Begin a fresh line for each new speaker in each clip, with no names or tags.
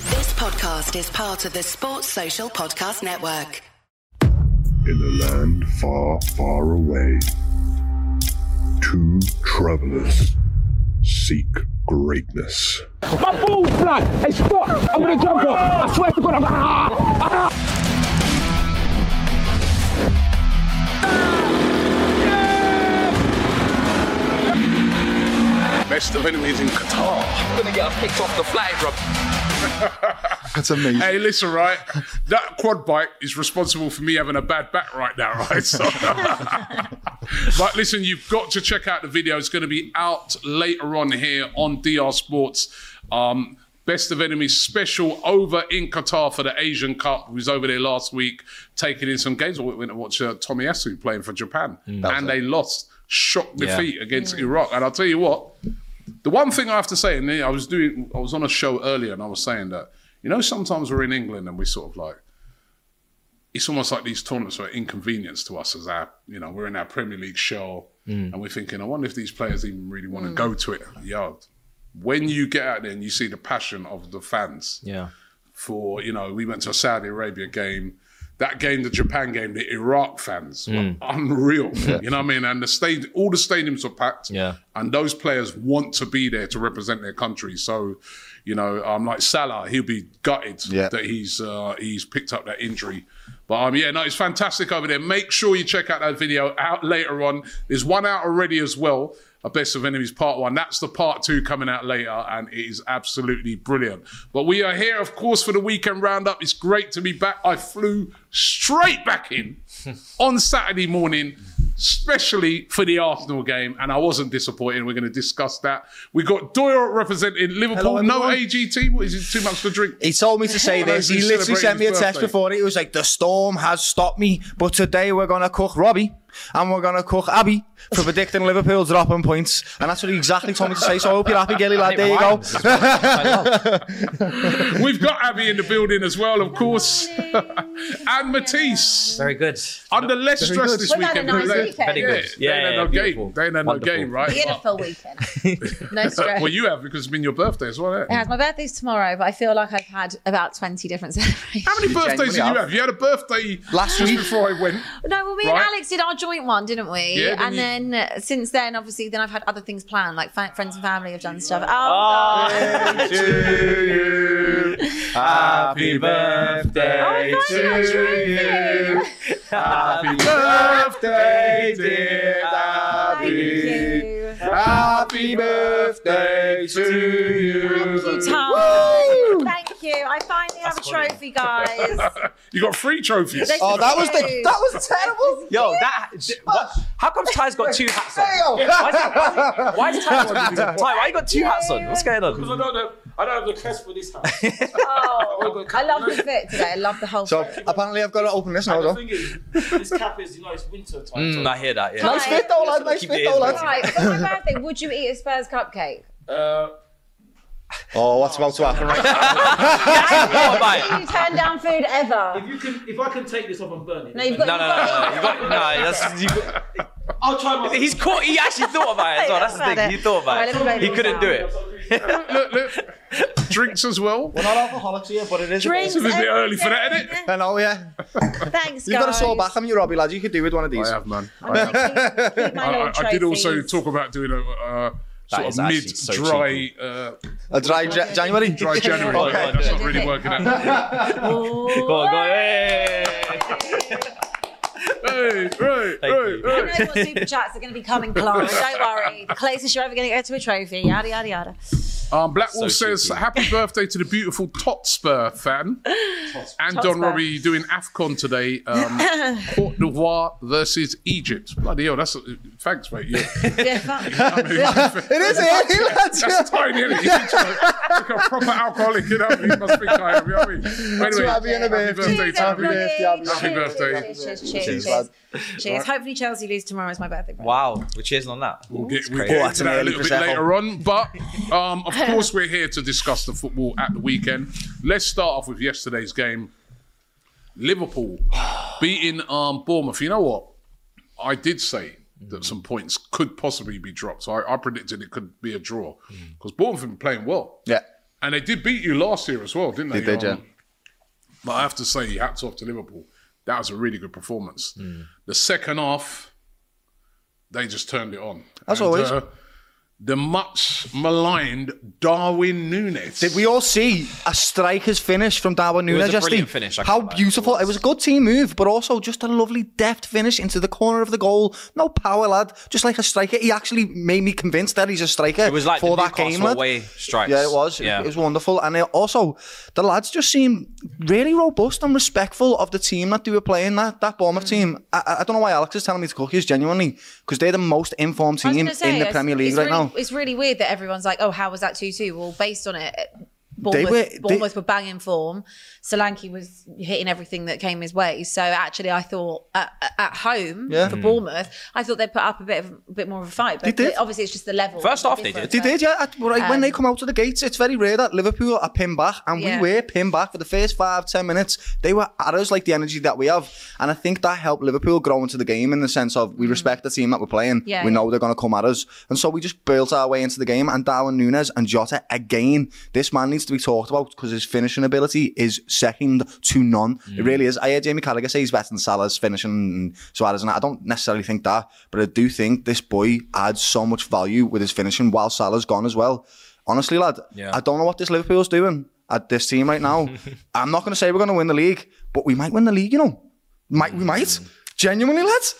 podcast is part of the Sports Social Podcast Network.
In a land far, far away, two travelers seek greatness.
My food's blood. Hey, stop. I'm gonna jump off. I swear to God, I'm ah, ah.
Best of enemies in Qatar.
gonna get us kicked off the flag, bro.
That's amazing.
Hey, listen, right? That quad bike is responsible for me having a bad back right now, right? So, but uh, listen, you've got to check out the video. It's going to be out later on here on DR Sports. Um, Best of Enemies special over in Qatar for the Asian Cup. We was over there last week taking in some games. We went to watch uh, Tommy Asu playing for Japan, and they lost. Shock defeat against Iraq. And I'll tell you what, The one thing I have to say, and I was doing, I was on a show earlier, and I was saying that you know sometimes we're in England and we sort of like, it's almost like these tournaments are an inconvenience to us as our, you know, we're in our Premier League shell, and we're thinking, I wonder if these players even really want to go to it. Yeah, when you get out there and you see the passion of the fans,
Yeah.
for you know we went to a Saudi Arabia game. That game, the Japan game, the Iraq fans were unreal. You know what I mean? And the state, all the stadiums were packed.
Yeah.
And those players want to be there to represent their country. So, you know, um, like Salah, he'll be gutted
Yeah.
that he's uh, he's picked up that injury. But um, yeah, no, it's fantastic over there. Make sure you check out that video out later on. There's one out already as well. A Best of Enemies Part One. That's the Part Two coming out later, and it is absolutely brilliant. But we are here, of course, for the weekend roundup. It's great to be back. I flew straight back in on Saturday morning, especially for the Arsenal game, and I wasn't disappointed. We're going to discuss that. We got Doyle representing Liverpool. no AGT. What is it? Too much to drink.
He told me to say this. He
He's
literally sent me a
celebrating his
text
birthday.
before it. He was like, "The storm has stopped me, but today we're gonna cook Robbie and we're gonna cook Abby for predicting Liverpool dropping points." And that's what he exactly told me to say. So I hope you're happy, Gilly lad. There you go.
We've got Abby in the building as well, of course, and Matisse
Very good.
under less stress this
We've had a
weekend.
nice
They-
weekend.
Very good.
Yeah, they ain't had no
beautiful.
game. They ain't had no
Wonderful.
game, right?
Beautiful weekend. No stress.
Well, you have because it's been your birthday as well. hasn't it?
Guys, my birthday's tomorrow, but I feel like I've had about 20 different celebrations.
How many birthdays did you
genuinely
have? You had a birthday
Last
just
week.
before I went.
No, well, me
Right.
and Alex did our joint one, didn't we?
Yeah, didn't
and
you?
then uh, since then, obviously, then I've had other things planned, like fa- friends and family have done stuff. Oh,
to you. Happy birthday
God, that's
you. Happy birthday, dear
thank you.
Happy birthday to
Thank you, Tom. Thank you. I finally have a trophy, guys.
You got three trophies.
They-
Oh, that was the
Hey.
that was terrible.
Yo, that. d- Ah, What, how come Ty's got two hats on? Why is, why, why is Ty, Ty, why you got two hats on? What's going
I
on?
don't have, I don't have the test for this house.
Oh, I love the fit today. I love the whole
So
thing.
apparently I've got to open this now.
And the
though.
thing is, this cap is, you know, it's winter time.
Mm, I hear that. Yeah.
Nice
Nice fit though, lad. Nice
Keep
fit
it
though,
in.
lad.
Right, for my birthday, would you eat a Spurs cupcake?
Uh,
Oh, what's about to happen right now?
What about it?
You turn down food ever.
if you can, if I can take this off and burn it,
No, you've got.
No, no, no, no. You got, no that's, you got,
I'll try my.
he's caught. He actually thought about it as well. That's the thing. He thought about it. He couldn't do it.
Look, look. Drinks as well.
We're not alcoholics here, but it is.
Drinks.
It's a bit
everything.
early for that, isn't it?
I know, yeah.
Thanks, guys.
You've got a sore back on you, Robbie, lad. You could do with one of
I
these.
have, man. I,
I'm
have.
gonna keep- keep my
I,
little
I- I did also
trophies.
talk about doing a uh,
That
sort of
is actually so
mid-dry, uh,
A dry Ja- January.
dry January.
Oh,
but
God,
That's
yeah.
not really working out.
Go on, go on. Hey.
hey, right, right,
you.
I
right.
know what super chats are going to be coming, Clive. Don't worry. The closest you're ever going to get to a trophy. Yada yada yada.
Um, Blackwall
So
says,
cheeky.
"Happy birthday to the beautiful Totspur fan and
Tot
Don
Spur.
Robbie doing Afcon today. Um, Cote d'Ivoire versus Egypt. Bloody hell! That's thanks, mate. Yeah.
Yeah, fuck.
I mean, that's
It is early, lads.
tiny. Isn't it? You think so? Like a proper alcoholic, you know. what I mean? must be kind. You know what I mean? But
Too
anyway,
happy and a birthday.
happy birthday to
Happy
everybody.
birthday, happy
Happy birthday.
Cheers, cheers, cheers,
Cheers,
cheers. Cheers. Hopefully Chelsea lose tomorrow. Is my birthday. Bro.
Wow. We're cheering on that.
We'll get, we'll
crazy.
get
Oh, that's
into
an
that a
early
little bit
Prosecco.
later on. But um, of course, we're here to discuss the football at the weekend. Let's start off with yesterday's game. Liverpool beating um, Bournemouth. You know what? I did say that some points could possibly be dropped. I, I predicted it could be a draw because Bournemouth have been playing well.
Mm. Yeah.
And they did beat you last year as well, didn't they?
Did they,
You know,
Jen?
But I have to say, hats off to Liverpool. That was a really good performance.
Mm.
The second half, they just turned it on. uh,
As always.
the much maligned Darwin Nunes.
Did we all see a striker's finish from Darwin Nunes?
a
Just
brilliant
the-
finish, I
How
can't lie, it
beautiful! It
was.
was a good team move, but also just a lovely deft finish into the corner of the goal. No power, lad. Just like a striker. He actually made me convinced that he's a striker.
It was like
for
the
that game,
Newcastle
lad.
away strikes.
Yeah, it was.
Yeah.
It was wonderful. And it also, the lads just seemed really robust and respectful of the team that they were playing, that, that Bournemouth
Mm.
team. I, I- I don't know why Alex is telling me to cook his genuinely, because they're the most informed
I was
team
gonna say,
in the
it's-
Premier League
it's
right
really,
now.
It's really weird that everyone's like, oh, how was that 2 2? Well, based on it, Bournemouth,
were- they-
Bournemouth were banging form. Solanke was hitting everything that came his way. So actually, I thought at, at home
Yeah.
for
Hmm.
Bournemouth, I thought they'd put up a bit of, a bit more of a fight. But
They did.
obviously, it's just the level.
First
the
half they
difference,
They
so-
did, yeah. At- right, when
Um,
they come out to the gates, it's very rare that Liverpool are pinned back, and
Yeah.
we were pinned back for the first five, ten minutes. They were at us like the energy that we have, and I think that helped Liverpool grow into the game in the sense of we respect the team that we're playing.
Mm. Yeah,
we
yeah.
know they're going to come at us, and so we just built our way into the game. And Darwin Nunes and Jota again. This man needs to be talked about because his finishing ability is second to none.
Mm.
It really is. I heard Jamie Carragher say he's better than Salah's finishing and Suarez, and that. I don't necessarily think that, but I do think this boy adds so much value with his finishing while Salah's gone as well. Honestly, lad,
Yeah.
I don't know what this Liverpool's doing at this team right now. I'm not going to say we're going to win the league, but we might win the league. You know, might we
Mm.
might genuinely, lads.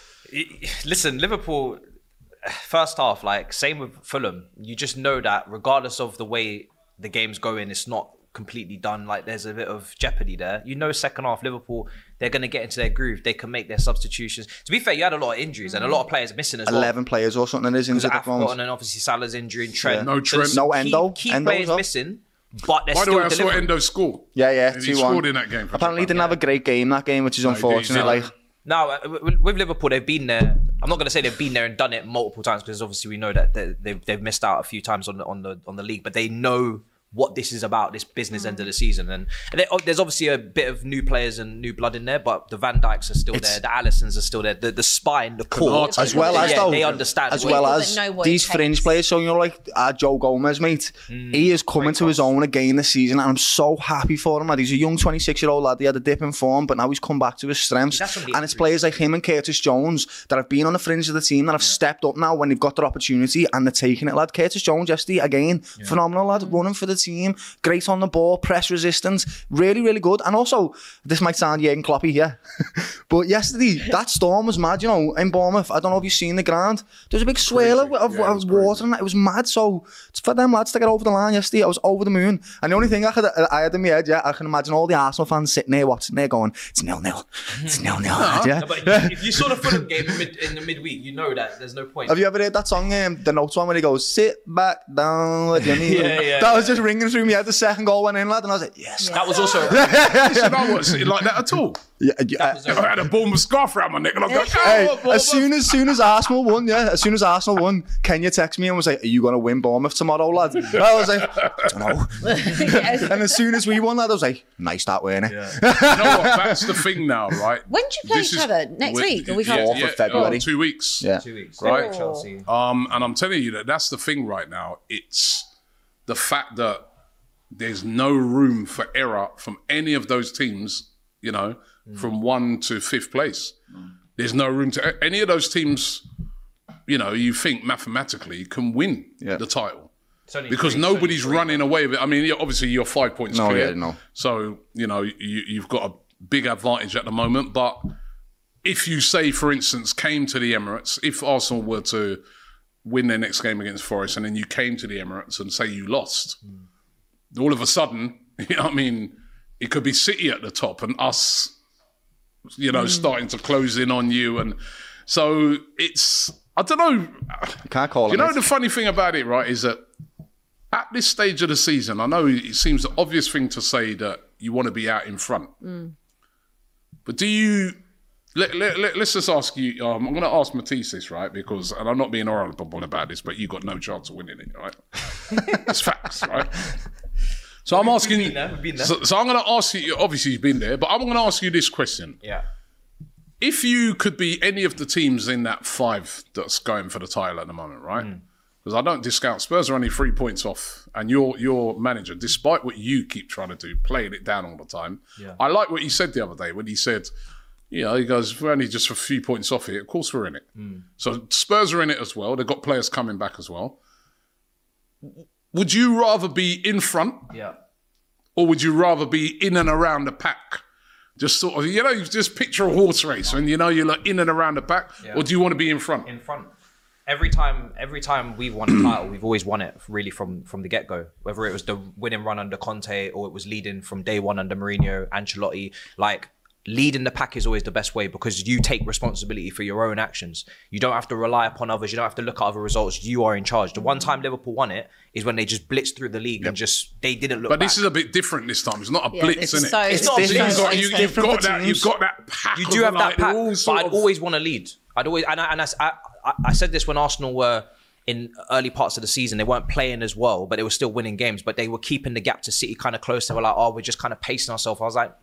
Listen, Liverpool, first half, like, same with Fulham. You just know that regardless of the way the game's going, it's not completely done. Like, there's a bit of jeopardy there. You know, second half, Liverpool, they're going to get into their groove. They can make their substitutions. To be fair, you had a lot of injuries and a lot of players missing as well.
Eleven players or something is injured at the
Afcon and
moment.
then obviously Salah's injury and Trent.
Yeah.
No Trent.
No
Key-
Endo.
Key,
Endo as
players
well.
missing, but they're
By the
still
way, I saw
delivering.
Endo score.
Yeah, yeah.
And
2-1.
he scored in that game. for
Apparently, he
Japan.
didn't have a great game that game, which is
he did,
unfortunate.
yeah.
Like,
Now, uh, w- w- with Liverpool, they've been there. I'm not going to say they've been there and done it multiple times because obviously we know that they- they've, they've missed out a few times on the, on the on the league, but they know what this is about. This business end of the season, and, and they, oh, there's obviously a bit of new players and new blood in there, but the Van Dykes are still there, the Allisons are still there, the, the spine, the core,
As
well as
yeah,
though-
they understand
as
what-
well
People that
as
know what it
these
takes.
fringe players. So you're like uh, Joe Gomez, mate.
Mm.
He is coming to his own again this season, and I'm so happy for him. Lad. He's a young 26 year old lad. He had a dip in form, but now he's come back to his strengths.
That's what he
And it's
agrees.
players like him and Curtis Jones that have been on the fringe of the team that have stepped up now when they've got their opportunity and they're taking it, lad. Curtis Jones yesterday again, phenomenal lad, running for the team, great on the ball, press resistance, really, really good. And also, this might sound Jurgen Kloppy here, but yesterday that storm was mad. You know, in Bournemouth, I don't know if you've seen the ground. There was a big swirl of, of,
Yeah, it
of
was
water and that. it was mad. So for them lads to get over the line yesterday, I was over the moon. And the only thing I could, I had in my head, yeah, I can imagine all the Arsenal fans sitting there watching, there going, it's nil nil, it's nil nil, yeah.
No, but you- if you saw the Fulham game in, mid, in the midweek, you know that there's no point.
Have you ever heard that song, um, the notes one, where he goes, sit back down with your knee?
Yeah, yeah,
that was just ringing through me at the second goal went in, lad, and I was like, yes.
that was also
Listen, I wasn't sitting like that at all.
Yeah, yeah, uh,
I had a Bournemouth scarf around my neck and I was like,
Hey,
oh, Bournemouth.
as soon as soon as Arsenal won, yeah, as soon as Arsenal won, Kenya texted me and was like, "Are you gonna win Bournemouth tomorrow, lad?" And I was like, "I don't know."
Yes.
And as soon as we won, lad, I was like, "Nice start, weren't it?"
you know what? That's the thing now, right?
When do you play
This
each
is-
other? Next
we-
week? Or we
yeah,
can't-
Fourth of
yeah,
February.
oh, two weeks.
Yeah.
two weeks.
Right.
Chelsea.
Um, and I'm telling you that that's the thing right now. It's the fact that there's no room for error from any of those teams, you know, from one to fifth place. There's no room to any of those teams, you know, you think mathematically can win
Yeah.
the title.
It's only
Because
three- it's only
nobody's
three.
running away with it. I mean, yeah, obviously you're five points
No,
clear.
yeah, no.
So, you know, you, you've got a big advantage at the moment. But if you say, for instance, came to the Emirates, if Arsenal were to win their next game against Forest and then you came to the Emirates and say you lost, all of a sudden, you know what I mean, it could be City at the top and us, you know, starting to close in on you. And so it's, I don't know.
You can't call
You
it.
know
mate.
the funny thing about it, right, is that at this stage of the season, I know it seems the obvious thing to say that you want to be out in front, but do you? Let, let, let, us just ask you. Um, I'm going to ask Matisse this, right? Because, and I'm not being horrible about this, but you got no chance of winning it, right? it's facts, right? So I'm asking.
been there, we've been there.
So, so I'm going to ask you. Obviously, you've been there, but I'm going to ask you this question:
Yeah.
if you could be any of the teams in that five that's going for the title at the moment, right? because I don't discount Spurs are only three points off, and your your manager, despite what you keep trying to do, playing it down all the time. I like what he said the other day when he said, you know, he goes, we're only just a few points off here. Of course we're in it. So Spurs are in it as well. They've got players coming back as well. Would you rather be in front
Yeah.
or would you rather be in and around the pack? Just sort of, you know, you just picture a horse race and you know you're like in and around the pack, or do you want to be in front?
in front. Every time, every time we've won a title, we've always won it really from from the get go. Whether it was the winning run under Conte or it was leading from day one under Mourinho, Ancelotti, like leading the pack is always the best way because you take responsibility for your own actions. You don't have to rely upon others. You don't have to look at other results. You are in charge. The one time Liverpool won it is when they just blitzed through the league and just they didn't look.
But this
back.
is a bit different this time. It's not a
Yeah,
blitz,
it's
isn't
so-
it?
It's
not
You've
different.
got-
It's
you, have
different
got
for
that. You've
teams.
got that pack.
you
of
do have
like,
that pack,
they're all
but
sort
I'd
of-
always want to lead. I'd always, and I, and I, I, I said this when Arsenal were in early parts of the season, they weren't playing as well, but they were still winning games, but they were keeping the gap to City kind of close. They were like, oh, we're just kind of pacing ourselves. I was like,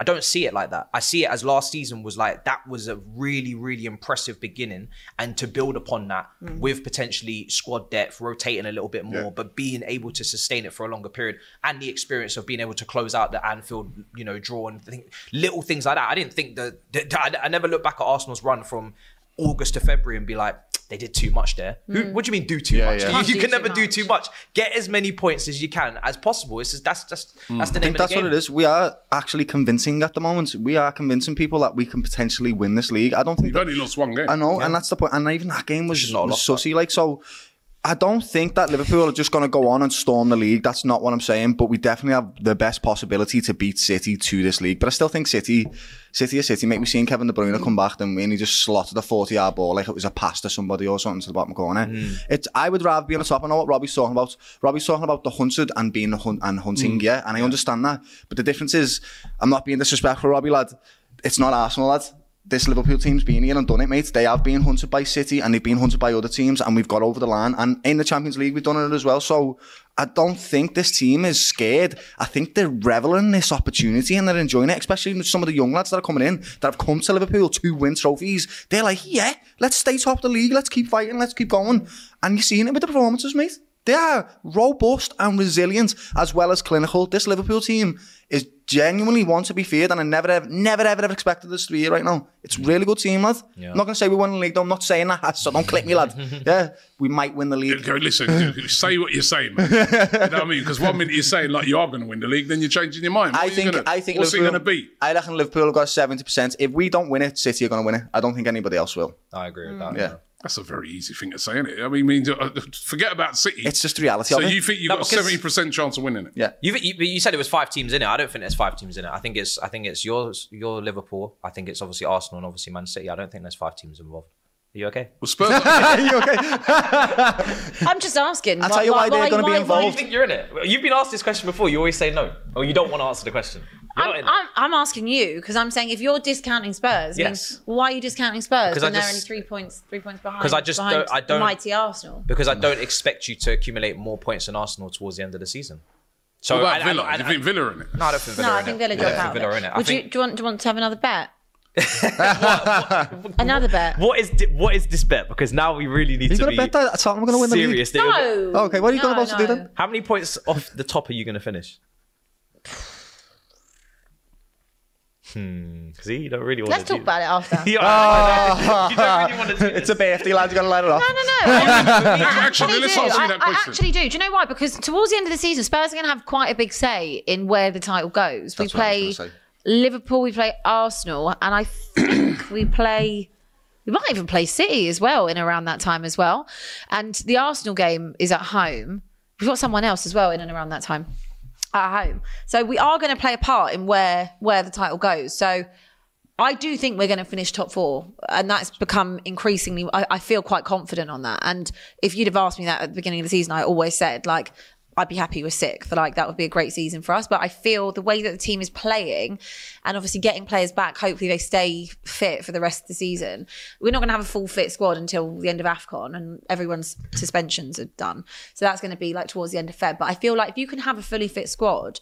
I don't see it like that. I see it as last season was like that was a really, really impressive beginning, and to build upon that
Mm.
with potentially squad depth, rotating a little bit more, but being able to sustain it for a longer period, and the experience of being able to close out the Anfield, you know, draw and think, little things like that. I didn't think that, that- I, I never look back at Arsenal's run from August to February and be like. They did too much there. Who, what do you mean do too much?
Mm. Can't
You,
do
can
too
never do
much.
too much. Get as many points as you can as possible. It's just, that's just that's the
I think
name of the
Mm. that's
game.
what it is. We are actually convincing at the moment. We are convincing people that we can potentially win this league. I don't think
You've only lost one game.
I know, and that's the point. And even that game was,
not a
was
lot.
sussy. Like so, I don't think that Liverpool are just going to go on and storm the league. That's not what I'm saying. But we definitely have the best possibility to beat City to this league. But I still think City, City or City, make me seeing Kevin De Bruyne come back and he just slotted a 40 yard ball like it was a pass to somebody or something to the bottom corner. It's I would rather be on the top. I know what Robbie's talking about. Robbie's talking about the hunted and being the hunt and hunting. Yeah, and I understand that. But the difference is, I'm not being disrespectful, Robbie lad. It's not Arsenal lad this Liverpool team's been here and done it, mate. They have been hunted by City and they've been hunted by other teams, and we've got over the line. And in the Champions League, we've done it as well. So I don't think this team is scared. I think they're reveling this opportunity and they're enjoying it, especially some of the young lads that are coming in that have come to Liverpool to win trophies. They're like, yeah, let's stay top of the league, let's keep fighting, let's keep going. And you're seeing it with the performances, mate. They are robust and resilient as well as clinical. This Liverpool team is genuinely one to be feared, and I never, ever, never, ever, ever expected this to be here right now. It's a really good team, lad. I'm not going to say we won the league, though. I'm not saying that, so don't click me, lad. Yeah, we might win the league.
Go, listen, say what you're saying, man. you know what I mean? Because one minute you're saying like you are going to win the league, then you're changing your mind. What
I
are you
think,
gonna-
I think
what's
Liverpool,
it going to be?
I reckon Liverpool have got 70%. If we don't win it, City are going to win it. I don't think anybody else will.
I agree with
Mm.
that.
Yeah.
That's a very easy thing to say, isn't it? I mean, means- uh, forget about City.
It's just the reality
so
of it.
you think you've
No,
got a
because-
seventy percent chance of winning it?
yeah.
You've, you you said it was five teams in it. I don't think there's five teams in it. I think it's I think it's yours, your Liverpool. I think it's obviously Arsenal and obviously Man City. I don't think there's five teams involved. Are you okay?
Well, Spurs. are-
Are you okay?
I'm just asking.
I'll tell you why they're gonna be
Why do you
involved.
think you're in it? You've been asked this question before. You always say no, or you don't want to answer the question. You're not
I'm,
in it.
I'm, I'm asking you because I'm saying if you're discounting Spurs,
Yes.
yes. why are you discounting Spurs
'Cause
when
I
they're
just-
only three points, three points behind?
'Cause I just
behind
don't- I don't-
mighty Arsenal.
because I don't expect you to accumulate more points than Arsenal towards the end of the season. So
What about
and-
Villa?
and-
you
and-
think Villa are in it?
no, I don't think Villa
No,
are
I
in
think
it.
Villa
I
drop
don't think
out. of
Villa are
it.
in it. I
Would you
think-
do you want do you want to have another bet? Another bet.
What is thi- what is this bet? Because now we really need
You're
to
going
be
to bet that Tottenham are going to win the league?
serious. that you're-
No.
Okay, what are you
no,
about to do
no.
then?
How many points off the top are you going to finish? Hmm. See, you don't really want
Let's
to.
talk about it after.
do...
no,
you don't really want to do
It's a birthday, lad. you got to let it off.
no, no. I
Actually,
actually
let's
do.
answer
I,
that
I
question.
actually do. Do you know why? Because towards the end of the season, Spurs are going to have quite a big say in where the title goes. we
That's what I
play
was gonna say.
Liverpool, we play Arsenal, and I think we play. We might even play City as well in around that time as well. And the Arsenal game is at home. We've got someone else as well in and around that time at home. So we are going to play a part in where where the title goes. So I do think we're going to finish top four, and that's become increasingly. I, I feel quite confident on that. And if you'd have asked me that at the beginning of the season, I always said like I'd be happy with sixth. Like that would be a great season for us. But I feel the way that the team is playing, and obviously getting players back. Hopefully they stay fit for the rest of the season. We're not going to have a full fit squad until the end of Afcon, and everyone's suspensions are done. So that's going to be like towards the end of Feb. But I feel like if you can have a fully fit squad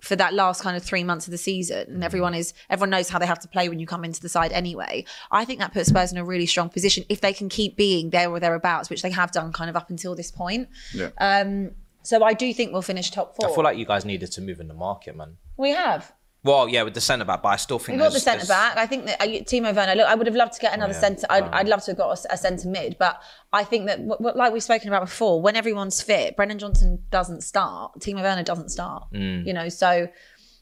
for that last kind of three months of the season, and everyone is everyone knows how they have to play when you come into the side anyway. I think that puts Spurs in a really strong position if they can keep being there or thereabouts, which they have done kind of up until this point.
Yeah.
Um, so I do think we'll finish top four.
I feel like you guys needed to move in the market, man.
we have.
Well, yeah, with the centre back, but I still think
We got the
there's-
centre
there's-
back. I think that uh, Timo Werner. Look, I would have loved to get another
yeah. Uh-huh.
centre. I'd, I'd love to have got a s- a, centre mid, but I think that, w- w- like we've spoken about before, when everyone's fit, Brendan Johnson doesn't start. Timo Werner doesn't start.
Mm.
You know, so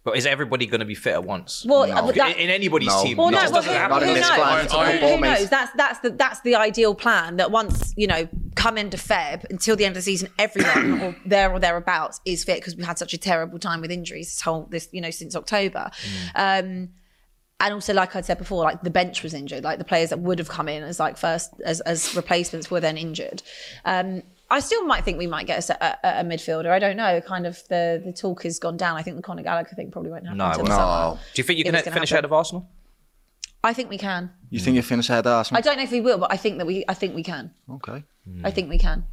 But is everybody going to be fit at once?
Well, No.
in,
but that-
in anybody's team,
Well,
it
no,
just
well,
doesn't
who,
happen.
who knows? who knows? That's that's the that's the ideal plan. That once you know, come into Feb until the end of the season, everyone or there or thereabouts is fit because we had such a terrible time with injuries this whole this you know since October.
Mm.
Um, and also, like I said before, like the bench was injured. Like the players that would have come in as like first as as replacements were then injured. Um, I still might think we might get a, se- a, a midfielder. I don't know. Kind of the the talk has gone down. I think the Conor Gallagher thing probably won't happen.
No,
until
it
the summer.
Oh.
won't. Do you think you
It
can
was gonna
finish
happen.
ahead of Arsenal?
I think we can.
You think you finish ahead of
I
Arsenal?
don't know if we will, but I think that we. I think we can.
Okay.
I think we can.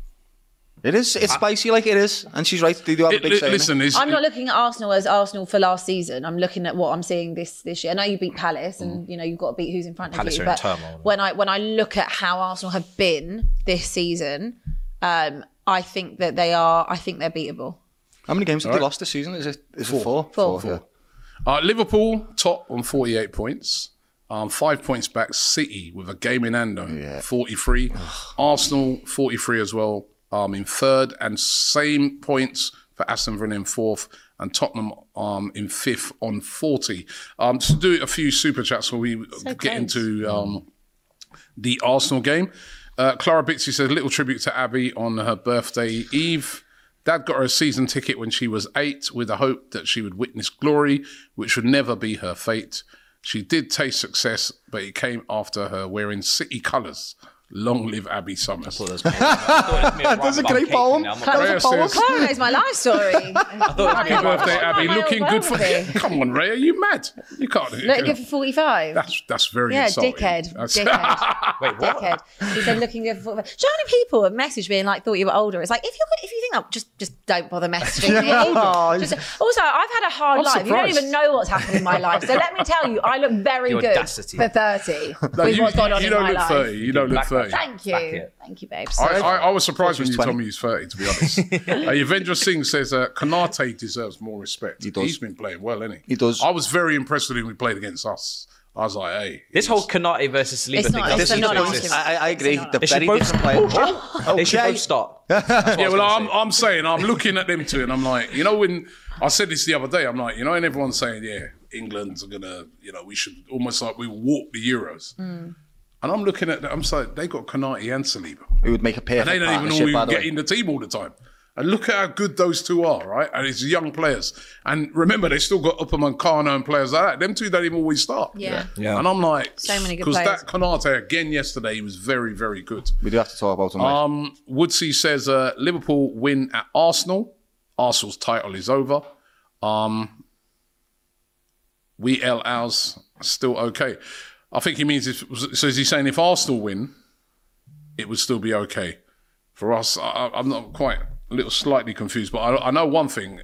It is. It's spicy like it is, and she's right. They do have a big say. in it.
I'm not looking at Arsenal as Arsenal for last season. I'm looking at what I'm seeing this this year. I know you beat Palace, and you know you've got to beat who's in front
Mm. Palace are
of you.
in
but
turmoil.
when I when I look at how Arsenal have been this season, um, I think that they are. I think they're beatable.
How many games have
All
they
right.
lost this season? Is it is it four?
Four.
yeah.
Uh, Liverpool top on 48 points. Um, five points back, City with a game in hand on 43. Arsenal 43 as well um, in third, and same points for Aston Villa in fourth, and Tottenham um, in fifth on 40. Um, to do a few super chats while we get
close.
into um, the Arsenal game. Uh, Clara Bixby says, little tribute to Abby on her birthday eve. Dad got her a season ticket when she was eight with the hope that she would witness glory, which would never be her fate. She did taste success, but it came after her wearing city colours. Long live Abby Summers.
That's a great poem.
Clara,
Clara says,
Clara knows my life story.
Happy birthday, Abby.
my
Looking good for
birthday.
Come on, Ray, are you mad? You can't.
Looking good for 45.
that's, that's very
yeah,
insulting.
dickhead.
That's-
Dickhead.
Wait, what?
dickhead. He said looking good for Do you know how many people have messaged me and like thought you were older? It's like if you if you think that just just don't bother messaging
Yeah.
me. Just- also, I've had a hard
I'm
life. You don't
surprised.
even know what's happened in my life. So let me tell you, I look very
The
good
audacity.
for 30
No,
with
you-
what's going on
you
in
don't
my
look
life.
30. You don't look
Back-
30.
Thank
Back
you.
it.
Thank you, babe.
I,
Sorry.
I, I was surprised when you told me he was 30, to be honest. uh, Yavendra Singh says uh, Kanate deserves more respect. He
does.
has been playing well, hasn't he?
He does.
I was very impressed with him when he played against us. I was like, hey.
This whole Kanate versus Saliba
It's
thing
not-
doesn't
it's not
even
an
exist.
argument. I- I agree. They're
They should
very
both-
different players.
They should both start.
yeah, well, I'm, I'm saying, I'm looking at them two, and I'm like, you know, when I said this the other day, I'm like, you know, and everyone's saying, yeah, England's going to, you know, we should almost like we walk the Euros. And I'm looking at, I'm saying, they got Kanate and Saliba.
It would make a perfect
And they don't
partnership.
even
by
all
the way.
get in the team all the time. And look at how good those two are, right? And it's young players. And remember, they still got Upperman Carno and players like that. Them two don't even always start.
Yeah.
Yeah.
And I'm like,
So many good
because
players.
that Konate again yesterday, he was very, very good.
We do have to talk about them. mate.
Um, Woodsy says uh, Liverpool win at Arsenal. Arsenal's title is over. Um, we L ours still okay. I think he means if, so. Is he saying if Arsenal win, it would still be okay for us? I- I, I'm not quite a little slightly confused, but I, I know one thing.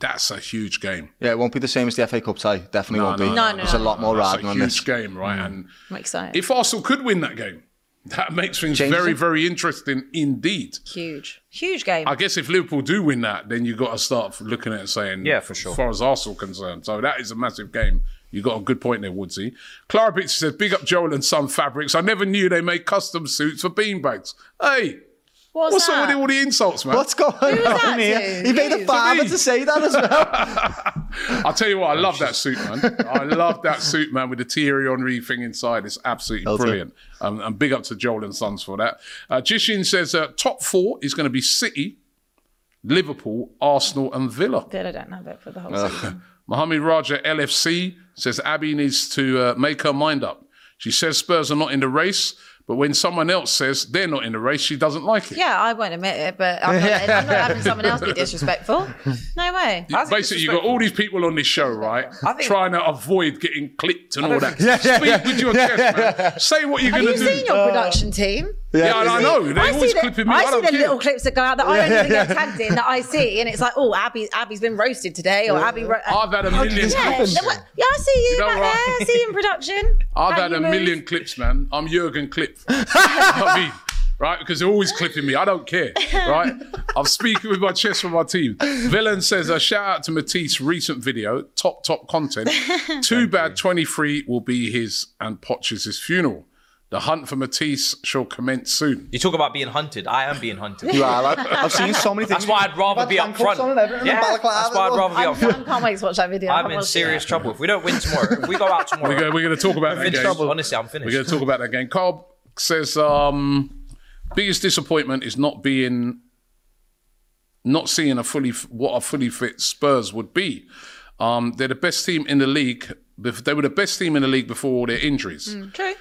That's a huge game.
yeah, it won't be the same as the FA Cup tie. Definitely won't be. There's a lot more
That's
riding
a
on
huge
this. Mm.
game, right? And
I'm excited.
if Arsenal could win that game, that makes things
Changes
very,
it?
very interesting indeed.
Huge. Huge game.
I guess if Liverpool do win that, then you got to start looking at it saying,
Yeah, for sure.
As far as Arsenal concerned, so that is a massive game. You got a good point there, Woodsy. Clara Bitch says, "Big up Joel and Sun Fabrics. I never knew they made custom suits for beanbags. Hey,
what's,
up
that?
with all the insults, man?
What's going
Who was
on
that
here?
to?
He made
Who?
a farmer to say that as well.
I'll tell you what, I love that suit, man. I love that suit, man, with the Thierry Henry thing inside. It's absolutely
Well done.
brilliant. Um, and big up to Joel and Sons for that. Uh, Jishin says uh, top four is going to be City, Liverpool, Arsenal, and Villa.
Then I don't have it for the whole season.
Uh, Mohammed Raja LFC says Abby needs to uh, make her mind up. She says Spurs are not in the race, but when someone else says they're not in the race, she doesn't like it.
Yeah, I won't admit it, but I'm not, I'm not having someone else be disrespectful. No way.
Basically, you've got all these people on this show, right? trying to avoid getting clipped and all that.
Yeah, yeah,
Speak
yeah.
with your
Yeah,
chest, man. Say what you're
Have
going
you
to do.
seen your production team?
Yeah, and I know. They
I
always
see the,
clipping me.
I
I,
see
don't
the
care.
little clips that go out that I
Yeah,
don't even
yeah,
get tagged in that I see, and it's like, oh, Abby, Abby's been roasted today, or
Yeah.
Abby. Ro-
I've had a million
yeah,
clips.
then what- yeah, I see you,
You know
back
what?
there. I see you in production.
I've
How
had
you
a
move.
million clips, man. I'm Jurgen Clip. I mean, right? Because they're always clipping me. I don't care, right? I'm speaking with my chest for my team. Villain says a shout out to Matisse, recent video, top, top content. Too bad 23 will be his and Potch's his funeral. The hunt for Matisse shall commence soon.
You talk about being hunted. I am being hunted.
Yeah, I've- I've seen so many
That's why I'd rather be up front. Yeah, that's why I'd rather be up front.
I can't wait to watch that video.
I'm
I haven't
in
watched it
serious trouble. If we don't win tomorrow, if we go out tomorrow,
We're going, we're going to talk about
I'm
that
in
game.
trouble. Honestly, I'm
We're
finished.
going to talk about that game. Carl says, um, biggest disappointment is not being, not seeing a fully what a fully fit Spurs would be. Um, they're the best team in the league. bef- They were the best team in the league before all their injuries.
Mm, true.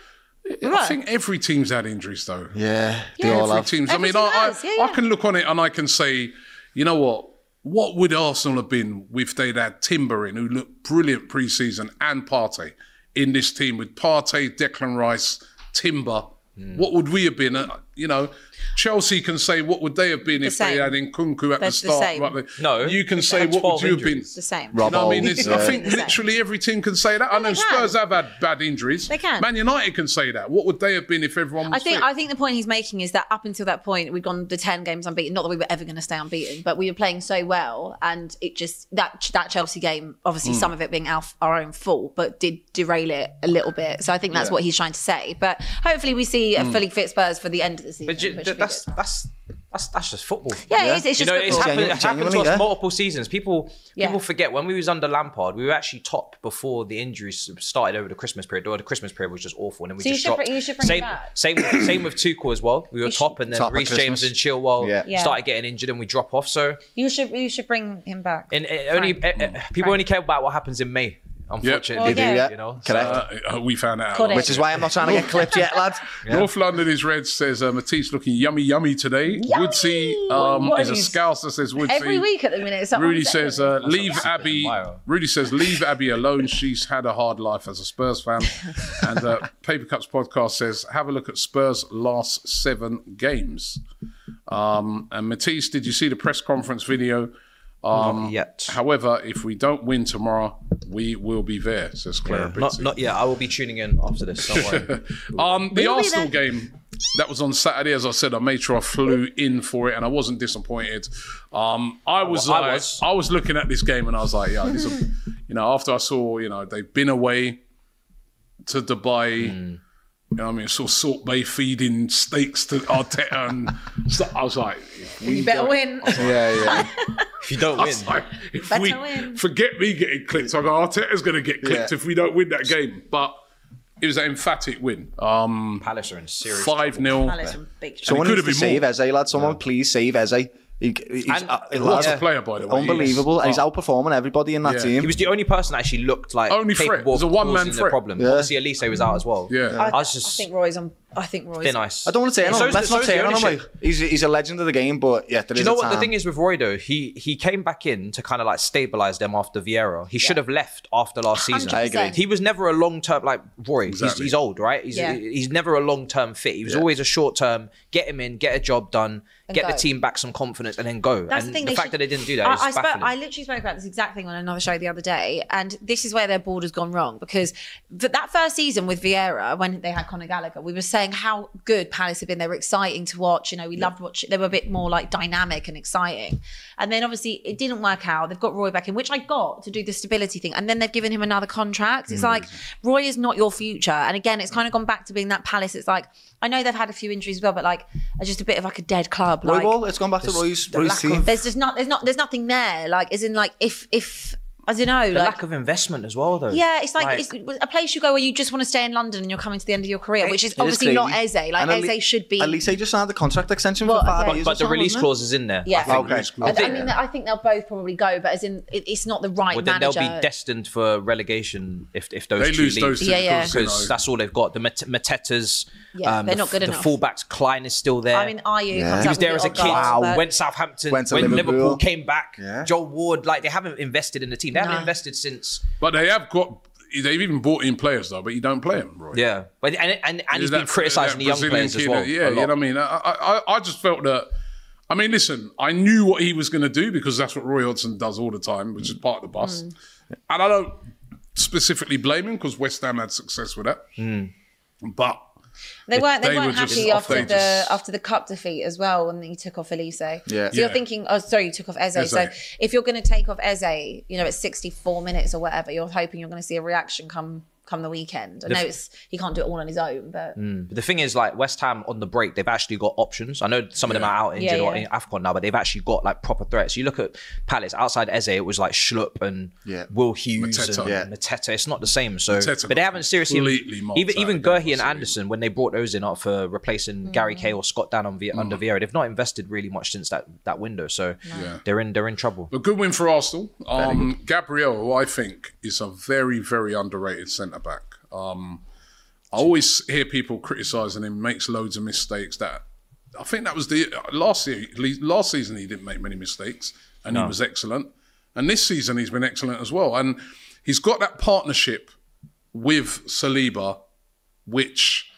I think every team's had injuries though.
Yeah,
they all
every
have.
team's. I
Every
mean,
team
I,
has,
I,
yeah,
I can look on it and I can say, you know what? What would Arsenal have been if they'd had Timber in, who looked brilliant pre-season, and Partey in this team with Partey, Declan Rice, Timber?
Hmm.
What would we have been? Uh, you know, Chelsea can say what would they have been
The
if
same.
they had in Kunku at
They're
the
the
start.
same.
no, you can say
had
what would
12
you have been?
injuries. The same.
You know what I mean?
Robbo.
It's-
Yeah.
I think
The same.
literally every team can say that. I know
they can.
Spurs have had bad injuries.
They can.
Man United can say that. What would they have been if everyone? Was
I think
fit?
I think the point he's making is that up until that point we've gone the ten games unbeaten. Not that we were ever going to stay unbeaten, but we were playing so well, and it just that that Chelsea game, obviously
Hmm.
Mm.
some of it being our, our own fault, but did derail it a little bit. So I think that's
Yeah.
what he's trying to say. But hopefully we see a
Hmm.
Mm.
fully fit Spurs for the end of the season.
But ju-
which
ju-
would be
that's,
good.
that's that's that's just football.
Yeah, it Yeah. is, it's
you
just
know, it's
football.
happened,
Genu-
it's happened to
genuinely,
us
yeah.
multiple seasons. People
Yeah.
people forget when we was under Lampard, we were actually top before the injuries started over the Christmas period. Or the Christmas period was just awful, and then we
So you
just
should
dropped.
br- you should bring it
same,
back.
same with- same with Tuchel as well. We were top, and
Top
then
at
Reece James
Christmas.
and Chilwell
Yeah.
Yeah.
started getting injured, and we drop off. So
you should you should bring him back.
and it only eh, eh, people only care about what happens in May. Unfortunately,
Mm. They do, yeah.
you know,
Correct.
Uh, we found out.
Correct. Which is why I'm not trying to get clipped yet, lads.
North London is red says uh, Matisse looking yummy, yummy today. Woodsy um,
What
is a
is-
scouser says Woodsy.
Every week at the minute, someone
Rudy
says-
says, uh, leave Abby. Rudy says, leave Abby alone. She's had a hard life as a Spurs fan. and uh, Paper Cups podcast says, have a look at Spurs' last seven games. Um, and Matisse, did you see the press conference video? Um,
yet.
However, if we don't win tomorrow, we will be there, says Clara
Yeah. Not,
Bitsy.
not yet. I will be tuning in after this. Don't worry.
Um, the
We'll be
Arsenal game that was on Saturday, as I said, I made sure I flew in for it, and I wasn't disappointed. Um, I was,
I
like, I was,
was.
looking at this game, and I was like, yeah, this will- you know, after I saw, you know, they've been away to Dubai.
Hmm.
You know, what I mean, saw Salt Bay feeding steaks to Arteta, and so I was like, if we
you better
don't-
win.
yeah, yeah.
if you don't
win, if
Better
we,
win.
forget me getting clipped. I go, Arteta's going to get clipped
Yeah.
if we don't win that game. But it was an emphatic win. Um,
Palace are in serious
five 0
Palace are big.
Someone
could
needs
have
to
been
save Eze, lad. Someone please save Eze. He, he's,
And-
uh,
What a
lad,
player, by the way, he is.
Unbelievable. And He's
Oh.
outperforming everybody in that
He
team.
was the only person that actually looked like
Only threat.
capable
He's
of
a one-man
causing the
threat.
problem.
Yeah.
Obviously, Elise was out as well.
Yeah.
I,
I was just
I think Roy's on. I think Roy's.
They're nice.
I don't want to say
Yeah,
anything.
so's
Let's
the-
not
so's
say
the
anything. Like,
ownership.
he's, he's a legend of the game, but yeah, there
Do
is
you know
a
what the
time.
thing is with Roy though? He he came back in to kind of like stabilize them after Vieira. He should have left after last season.
100%. I agree.
He was never a long term like Roy. He's,
Exactly.
he's old, right? He's
Yeah.
he's never a long term fit. He was
Yeah.
always a short term. Get him in, get a job done,
And
get
go.
the team back some confidence, and then go.
That's
and
the thing. they
fact
should-
that they didn't do that
I,
is
I, spoke,
baffling.
I literally spoke about this exact thing on another show the other day, and this is where their board has gone wrong because th- that first season with Vieira, when they had Conor Gallagher, we were saying how good Palace had been. They were exciting to watch. You know, we loved watching. They were a bit more like dynamic and exciting. And then obviously it didn't work out. They've got Roy back in, which I got to do the stability thing, and then they've given him another contract. It's
Mm.
like Roy is not your future. And again, it's kind of gone back to being that Palace. It's like. I know they've had a few injuries as well, but like, it's just a bit of like a dead club.
Roy
like,
Wall, it's gone back to
There's
Roy's,
the
Roy's
lack
team.
of- there's just not there's not there's nothing there. Like as in like if if I don't know
the
like.
lack of investment as well though.
yeah, it's like, it's a place you go where you just want to stay in London and you're coming to the end of your career, which is
It is
obviously
crazy.
not Eze. Like
And at
Eze
le-
should be.
At least they just signed the contract extension for five
okay.
years.
But
or
the
something,
release
wasn't it?
clause is in there.
yeah,
I think.
Okay.
I, I mean, I think they'll both probably go, but as in, it, it's not the right
Well, then
manager.
they'll be destined for relegation if, if those
They
two
lose
leave.
those two
Yeah, yeah. because, you
because
know-
that's all they've got. The Mat- Matetas,
Yeah,
um,
they're
the
not good
f-
enough.
The fullbacks Klein is still there.
I mean, Ayew Yeah. comes
he was
up with
there
the
as a
odd
kid.
goal, Wow. but-
Went Southampton.
Went
Went,
to
Liverpool.
Liverpool.
Came back.
Yeah.
Joel Ward. Like they haven't invested in the team. They haven't
No.
invested since.
But they have got they've even bought in players though, but you don't play them, Roy.
Yeah, but and and, and he's
That-
been criticising
that
the young
Brazilian
players as
kid,
well.
Yeah,
a
you know
lot.
what I mean. I, I, I- I just felt that. I mean, listen, I knew what he was going to do because that's what Roy Hodgson does all the time, which is part of the bus.
Mm.
And I don't specifically blame him because West Ham had success with that,
Mm.
but
They weren't. They,
They
weren't
were just-
happy
off
after
they
the
just-
after the cup defeat as well, when he took off Elise. Yeah. So
Yeah.
you're thinking, oh, sorry, you took off Eze. So
Eze.
if you're going to take off Eze, you know, at 64 minutes or whatever, you're hoping you're going to see a reaction come come the weekend. I
The-
know it's he can't do it all on his own, but
Mm. But the thing is, like West Ham on the break, they've actually got options. I know some of them are out injured
Yeah,
or
yeah.
in Afcon now, but they've actually got like proper threats. You look at Palace outside Eze, it was like Schlupp and
Yeah.
Will Hughes
Mateta.
and
Yeah.
Mateta. It's not the same. So,
Mateta
but they haven't seriously
completely marked
even
out
even Gurhi and Anderson when they brought those in up for replacing Gary Kay or Scott Dan on Vie- under Vieira, they've not invested really much since that that window. So
Yeah.
they're in they're in trouble.
But good win for Arsenal. Um, Gabriel, who I think is a very, very underrated centre back. Um, I always hear people criticising him, makes loads of mistakes. That I think that was the last year. Last season he didn't make many mistakes, and he
No.
was excellent. And this season he's been excellent as well. And he's got that partnership with Saliba, which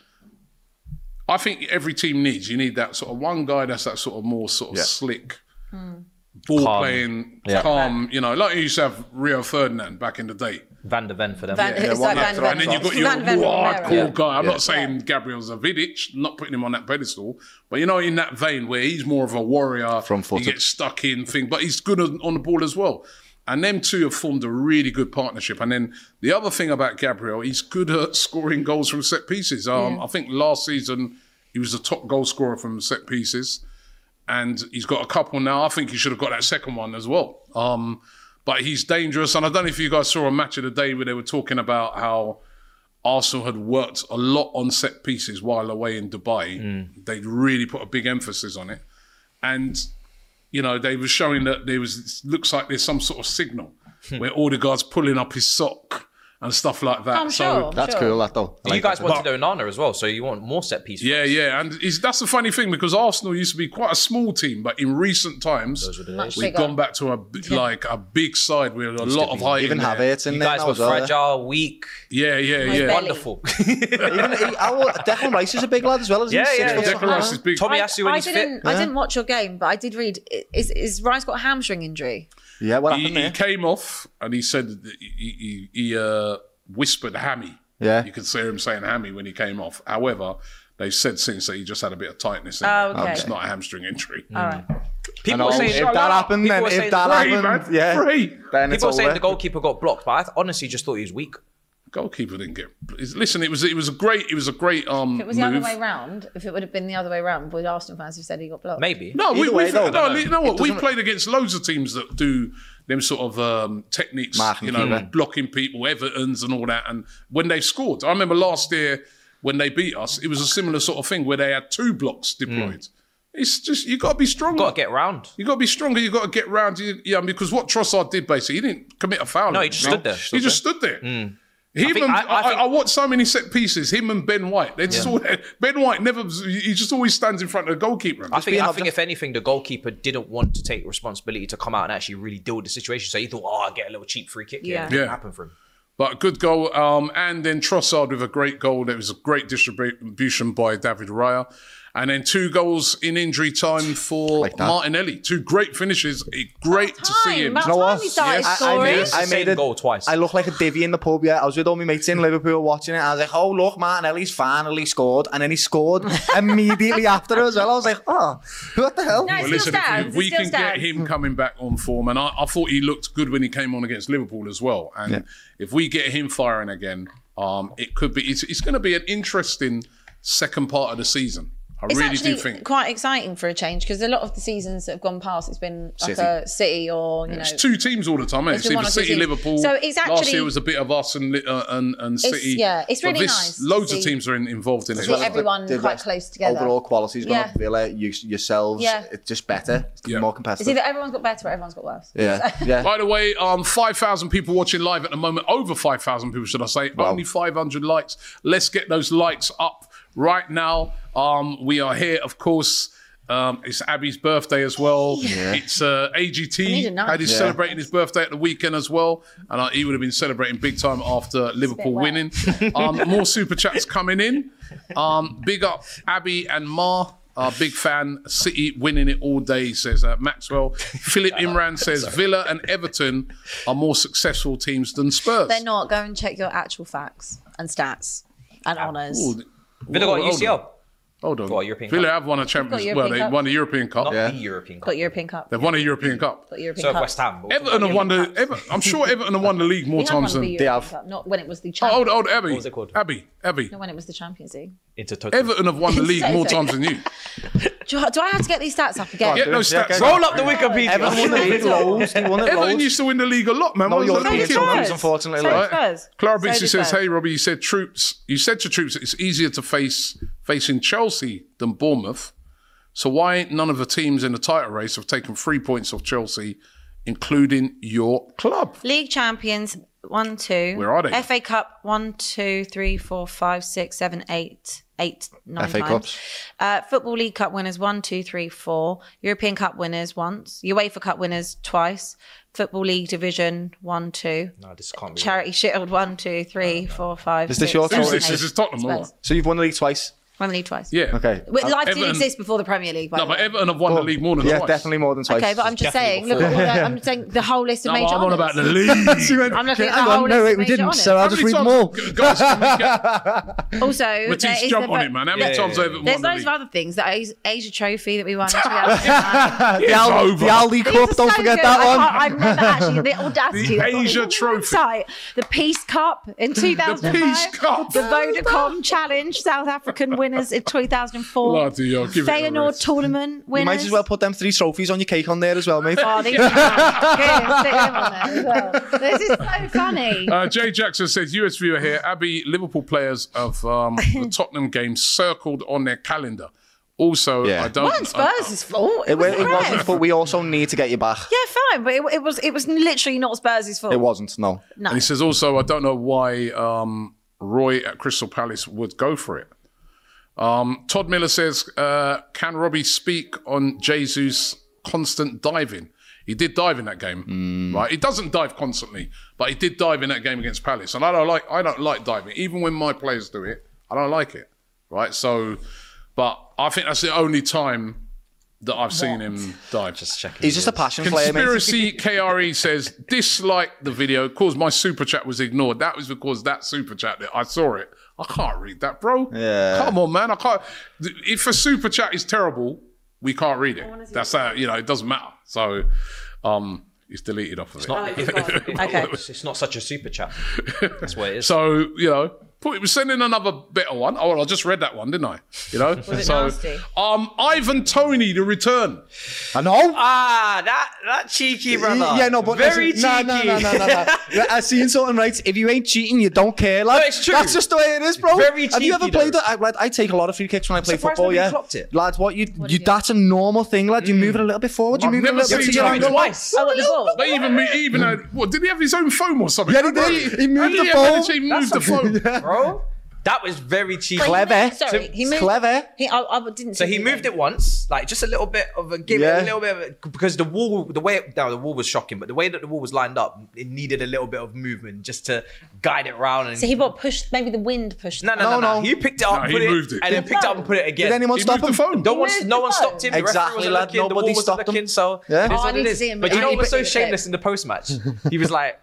I think every team needs. You need that sort of one guy that's that sort of more sort of
Yeah.
slick ball
Calm.
playing,
Yeah.
calm. You know, like you used to have Rio Ferdinand back in the day.
Van de Ven for them.
Van- it's like Van de
and then
Ven.
you've got your
Van de Ven
hardcore
Romero.
guy. I'm
Yeah.
not saying Gabriel's a Vidic, not putting him on that pedestal, but you know, in that vein where he's more of a warrior, From he gets stuck in thing, but he's good on, on the ball as well. And them two have formed a really good partnership. And then the other thing about Gabriel, he's good at scoring goals from set pieces. Um, I think last season he was the top goal scorer from set pieces and he's got a couple now. I think he should have got that second one as well. Um, but he's dangerous, and I don't know if you guys saw a match of the day where they were talking about how Arsenal had worked a lot on set pieces while away in Dubai.
Mm.
They really put a big emphasis on it, and you know they were showing that there was looks like there's some sort of signal
Hmm.
where Odegaard's pulling up his sock and stuff like that.
I'm
so
sure, I'm That's sure. cool, that
though.
you guys wanted Onana as well, so you want more set pieces.
Yeah, yeah, and it's, that's the funny thing because Arsenal used to be quite a small team, but in recent times
Much
we've
bigger.
gone back to a b- like a big side with a lot of
be-
height.
Even
in there.
Havertz in You there guys now were as well, eh?
fragile, weak.
Yeah, yeah,
Like
yeah.
belly.
Wonderful.
Even he- oh, Declan Rice is a big lad as well, isn't he? Six foot something.
Tommy
I,
Asu when
I
he's
didn't.
fit.
I didn't watch your game, but I did read. i- Is is Rice got a hamstring injury?
Yeah, what
he,
happened
he
there?
came off and he said that he, he, he uh, whispered hammy.
Yeah.
you could hear him saying hammy when he came off. However, they've said since that he just had a bit of tightness. In
Oh,
there.
okay.
It's not a hamstring injury.
All right.
People
I
were
know.
saying "Oh,
If that happened,
people
then
were
if
saying-
that
Free,
happened,
man,
yeah,
free.
then it's
People were saying
over.
the goalkeeper got blocked, but I th- honestly just thought he was weak.
Goalkeeper didn't get. it's- Listen, it was it was a great it was a great um
If it was the
move.
other way round, if it would have been the other way round, would Arsenal fans have said he got blocked?
Maybe.
No, we,
Either way,
we've,
though,
no,
no,
you know
it
what? We've
doesn't-
played against loads of teams that do them sort of um, techniques,
Marking
you know,
people.
blocking people, Everton's and all that. And when they've scored, I remember last year when they beat us, it was a similar sort of thing where they had two blocks deployed.
Mm.
It's just you got to be stronger. Got
to get round.
You got to be stronger. You got to get round. You, yeah, because what Trossard did basically, he didn't commit a foul.
No, he just stood there.
He just stood there.
Mm.
Him
I think-
and, I,
I- I
I, watched so many set pieces. Him and Ben White. They just
Yeah.
all, Ben White never. He just always stands in front of the goalkeeper.
I think, I think if anything, the goalkeeper didn't want to take responsibility to come out and actually really deal with the situation. So he thought, oh, I'll get a little cheap free kick here.
Yeah.
It didn't
Yeah.
happen for him.
But good goal. Um, and then Trossard with a great goal. It was a great distribution by David Raya. And then two goals in injury time for
that.
Martinelli. Two great finishes. It- Great to see him.
Do you know what? I, I made, I made
a
it
goal twice.
I looked like a divvy in the pub. Yeah, I was with all my mates in Liverpool watching it. I was like, "Oh look, Martinelli's finally scored," and then he scored immediately after as well. I was like, "Oh, what the hell?"
well, listen, if we- if we can get him coming back on form, and I, I thought he looked good when he came on against Liverpool as well. And if we get him firing again, um, it could be. It's, it's going to be an interesting second part of the season. I
it's
really
actually
do think.
quite exciting for a change because a lot of the seasons that have gone past, it's been like
City.
a City or you know.
It's two teams all the time. Isn't it?
It's
It's
been
either
one or two
City,
teams.
Liverpool.
So it's
last
actually-
year was a bit of us and Li- uh, and, and
It's-
City.
yeah, it's
But
really
this-
nice to
Loads of
see-
teams are in, involved in it.
to see everyone quite close together.
Overall quality's gone
Yeah.
up. Villa, you, yourselves,
Yeah.
it's just better, it's more
It's
competitive.
either everyone's got better or everyone's got worse.
yeah, yeah.
By the way, um, 5,000 people watching live at the moment. Over 5,000 people, should I say. Only 500 likes. Let's get those likes up right now. Um, we are here, of course, uh, Um, it's Abby's birthday as well.
Yeah.
It's uh, AGT
I need a knife.
had his
Yeah.
celebrating his birthday at the weekend as well, and uh, he would have been celebrating big time after Liverpool
wet.
winning. Um, more super chats coming in. Um, big up Abby and Ma. Our big fan, City winning it all day, says uh, Maxwell. Philip Imran says Villa and Everton are more successful teams than Spurs.
They're not. Go and check your actual facts and stats and honours.
Ooh, th-
Villa got
Hold on.
UCL.
Hold on.
European
Villa
Cup.
have won a Champions.
European
well, they
Cup.
won a European Cup.
Not Yeah. the European
Got European Cup.
They've won a European Cup.
Got European Cup.
Everton have won the. Ever, I'm sure Everton have won the league more
We had one
times
of the
than
European Cup, not when it was the
Old,
Champions.
old Abby. What was it called? Abby. Abby.
Not when it was the Champions League.
Everton have won the league more
Sorry.
times than you.
Do, you- do I have to get these stats up
Oh,
again?
Get those stats.
Roll up the Wikipedia.
Everton won the league loads. They won it
Everton
loads.
used to win the league a lot, man.
No
What was
European
that?
trophies, unfortunately. So like- does.
Clara
So
Beasley
does
says,
that.
"Hey, Robbie, you said troops. You said to troops, it's easier to face facing Chelsea than Bournemouth. So why ain't none of the teams in the title race have taken three points off Chelsea, including your club?
League champions one, two.
Where are they?
FA Cup one, two, three, four, five, six, seven, eight, eight, nine.
FA
times. Uh, Football League Cup winners one, two, three, four. European Cup winners once. UEFA Cup winners twice. Football League Division one, two.
No, this can't be.
Charity Shield one, two, three, four, five.
Is this your
six,
choice?
seven, eight. Spurs.
So you've won the league twice.
Won the league twice.
Yeah.
Okay.
Well, life
Everton-
did exist before the Premier League.
Uh,
By
No,
the
but
way.
Everton have won the league more than
yeah,
twice.
definitely more than twice.
Okay, but I'm just saying. Look,
before.
at all the- I'm saying the whole list of
No, I'm
major.
on
honours.
about the league.
I'm looking at
Hang
the
on,
whole
no,
list
wait,
of
we
major
didn't,
honours.
so I'll How just many read times- more.
Guys, can we
Also,
Matisse,
there is
jump
the-
on it, man. How many times have Everton
There's
won the
loads
league?
of other things. The Asia- Asia Trophy that we won. in 2009.
the, Al- the Aldi
These
Cup,
are
don't
so
forget
good.
that
I
one.
can't- I've never actually the audacity.
The
that's on
Asia
the Website. The Peace Cup in 2005.
Peace Cup.
The Vodacom Challenge. South African winners in 2004.
Bloody hell, give it a
Feyenoord
rest.
tournament
You
winners.
might as well put them three trophies on your cake on there as well, mate.
Oh, these are good. Stick them on there as well. This is so funny.
Uh, Jay Jackson says, US viewer here, Abby, Liverpool players of um, the Tottenham game circled on their calendar. Also, I don't.
Wasn't Spurs' fault. It,
It, wa-
was
it wasn't,
Spurs.
but we also need to get you back.
Yeah, fine, but it, it was it was literally not Spurs' fault.
It wasn't, no.
No.
And he says also, I don't know why um, Roy at Crystal Palace would go for it. Um, Todd Miller says, uh, can Robbie speak on Jesus' constant diving? He did dive in that game, right? He doesn't dive constantly, but he did dive in that game against Palace, and I don't like I don't like diving, even when my players do it. I don't like it, right? So, but I think that's the only time that I've seen him dive. Just checking.
He's just a passion player, mate.
Conspiracy KRE says dislike the video because my super chat was ignored. That was because that super chat that I saw it. I can't read that, bro. Yeah. Come on, man. I can't. th- If a super chat is terrible, we can't read it. That's how you know it doesn't matter. So, um, it's deleted off of
It's
it.
not, it's, not, it's, not- it's- it's not such a super chat. That's what it is.
So you know, put, we send in another better one. Oh, well, I just read that one, didn't I? You know,
it
so
nasty?
um, Ivan Tony the return.
I know.
Ah, that that cheeky brother.
Yeah, no, but
very
listen, nah,
cheeky.
nah, nah, nah, nah, nah. I seen something right. If you ain't cheating, you don't care, lad.
No, it's true.
That's just the way it is, bro.
Very
Have you ever
cheeky,
played
though.
it? I, lad, I take a lot of free kicks when I play
Surprised
football.
nobody
Yeah,
clocked it.
lads, what you, you that's a normal thing, lad. You move it a little bit forward. You
I've
move it a
never
little bit
seen
to your
him
angle.
twice. Oh, at the ball.
They even me even had, what did he have his own phone or something?
Yeah, he did. He moved
How did
the
he
phone.
manage to move
That's
the phone.
bro. That was very cheeky.
Wait, He moved, sorry, he moved. He, I, I didn't.
So
see
he
him.
moved it once, like just a little bit of a give
Yeah.
it a little bit of a, because the wall, the way now the wall was shocking, but the way that the wall was lined up, it needed a little bit of movement just to guide it round. And
So he got pushed. Maybe the wind pushed.
no, no, no, no, He picked it up,
No, he
put it,
moved it.
and then picked it up and put it again.
Did anyone
He
stop
moved
him?
No one, no one stopped him. The referee
Exactly,
wasn't
lad.
looking, the wall
Nobody
wasn't
stopped
looking,
him.
So
Yeah.
it is
Oh, I
what
need
it
to
is.
see him.
But you
I
know
need
what was
to
so
see the
shameless in the post match? He was like.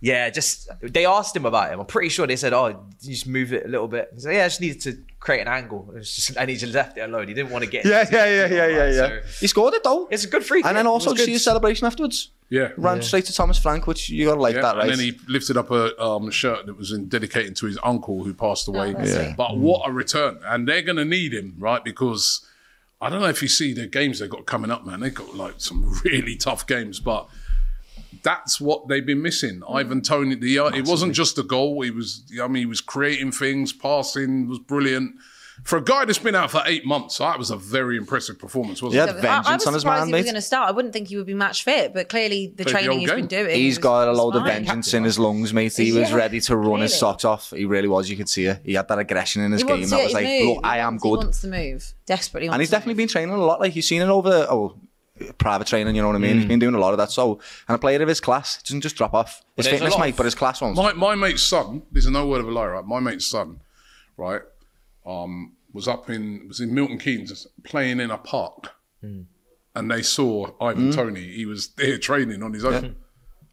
Yeah, just they asked him about him. I'm pretty sure they said, "Oh, you just moved it a little bit." He said, "Yeah, I just needed to create an angle." It was just, and he just left it alone. He didn't want to get.
Yeah, yeah, yeah, yeah, yeah, yeah. He scored it though.
It's a good free.
And then
kick. It
also
was good.
see his celebration afterwards.
Yeah.
Ran straight to Thomas Frank, which you gotta like
Yeah,
that, right?
And then he lifted up a um, shirt that was in, dedicated to his uncle who passed
Oh,
away.
that's Yeah. sweet.
But what a return. And they're going to need him, right? Because I don't know if you see the games they've got coming up, man. They've got like some really tough games, but that's what they've been missing. Ivan uh, Tony, the, it wasn't just the goal. He was, I mean, he was creating things, passing was brilliant. For a guy that's been out for eight months, that was a very impressive performance, wasn't
Yeah,
it?
the vengeance
I was
on his
surprised he was
mandate.
going to start. I wouldn't think he would be match fit, but clearly the
Played the
training
old
he's been
game.
doing.
He's
was
got a load of
fine.
vengeance in his lungs, mate. He was
Yeah,
ready to run his
clearly.
socks off. He really was. You could see it. He had that aggression in his
He
game.
wants to
That was
get his
like,
move.
look, I am
He
good.
wants to move desperately.
and
Wants
he's definitely been training a lot. Like you've seen it over oh, private training. You know what I mean? He's been doing a lot of that. So, and a player of his class doesn't just drop off. His
There's a
fitness,
lot
mate,
of-
but his class ones.
My, my mate's son, this is no word of a lie, right? My mate's son, right, um, was up in, was in Milton Keynes playing in a park.
Hmm.
And they saw Ivan Tony. He was there training on his own.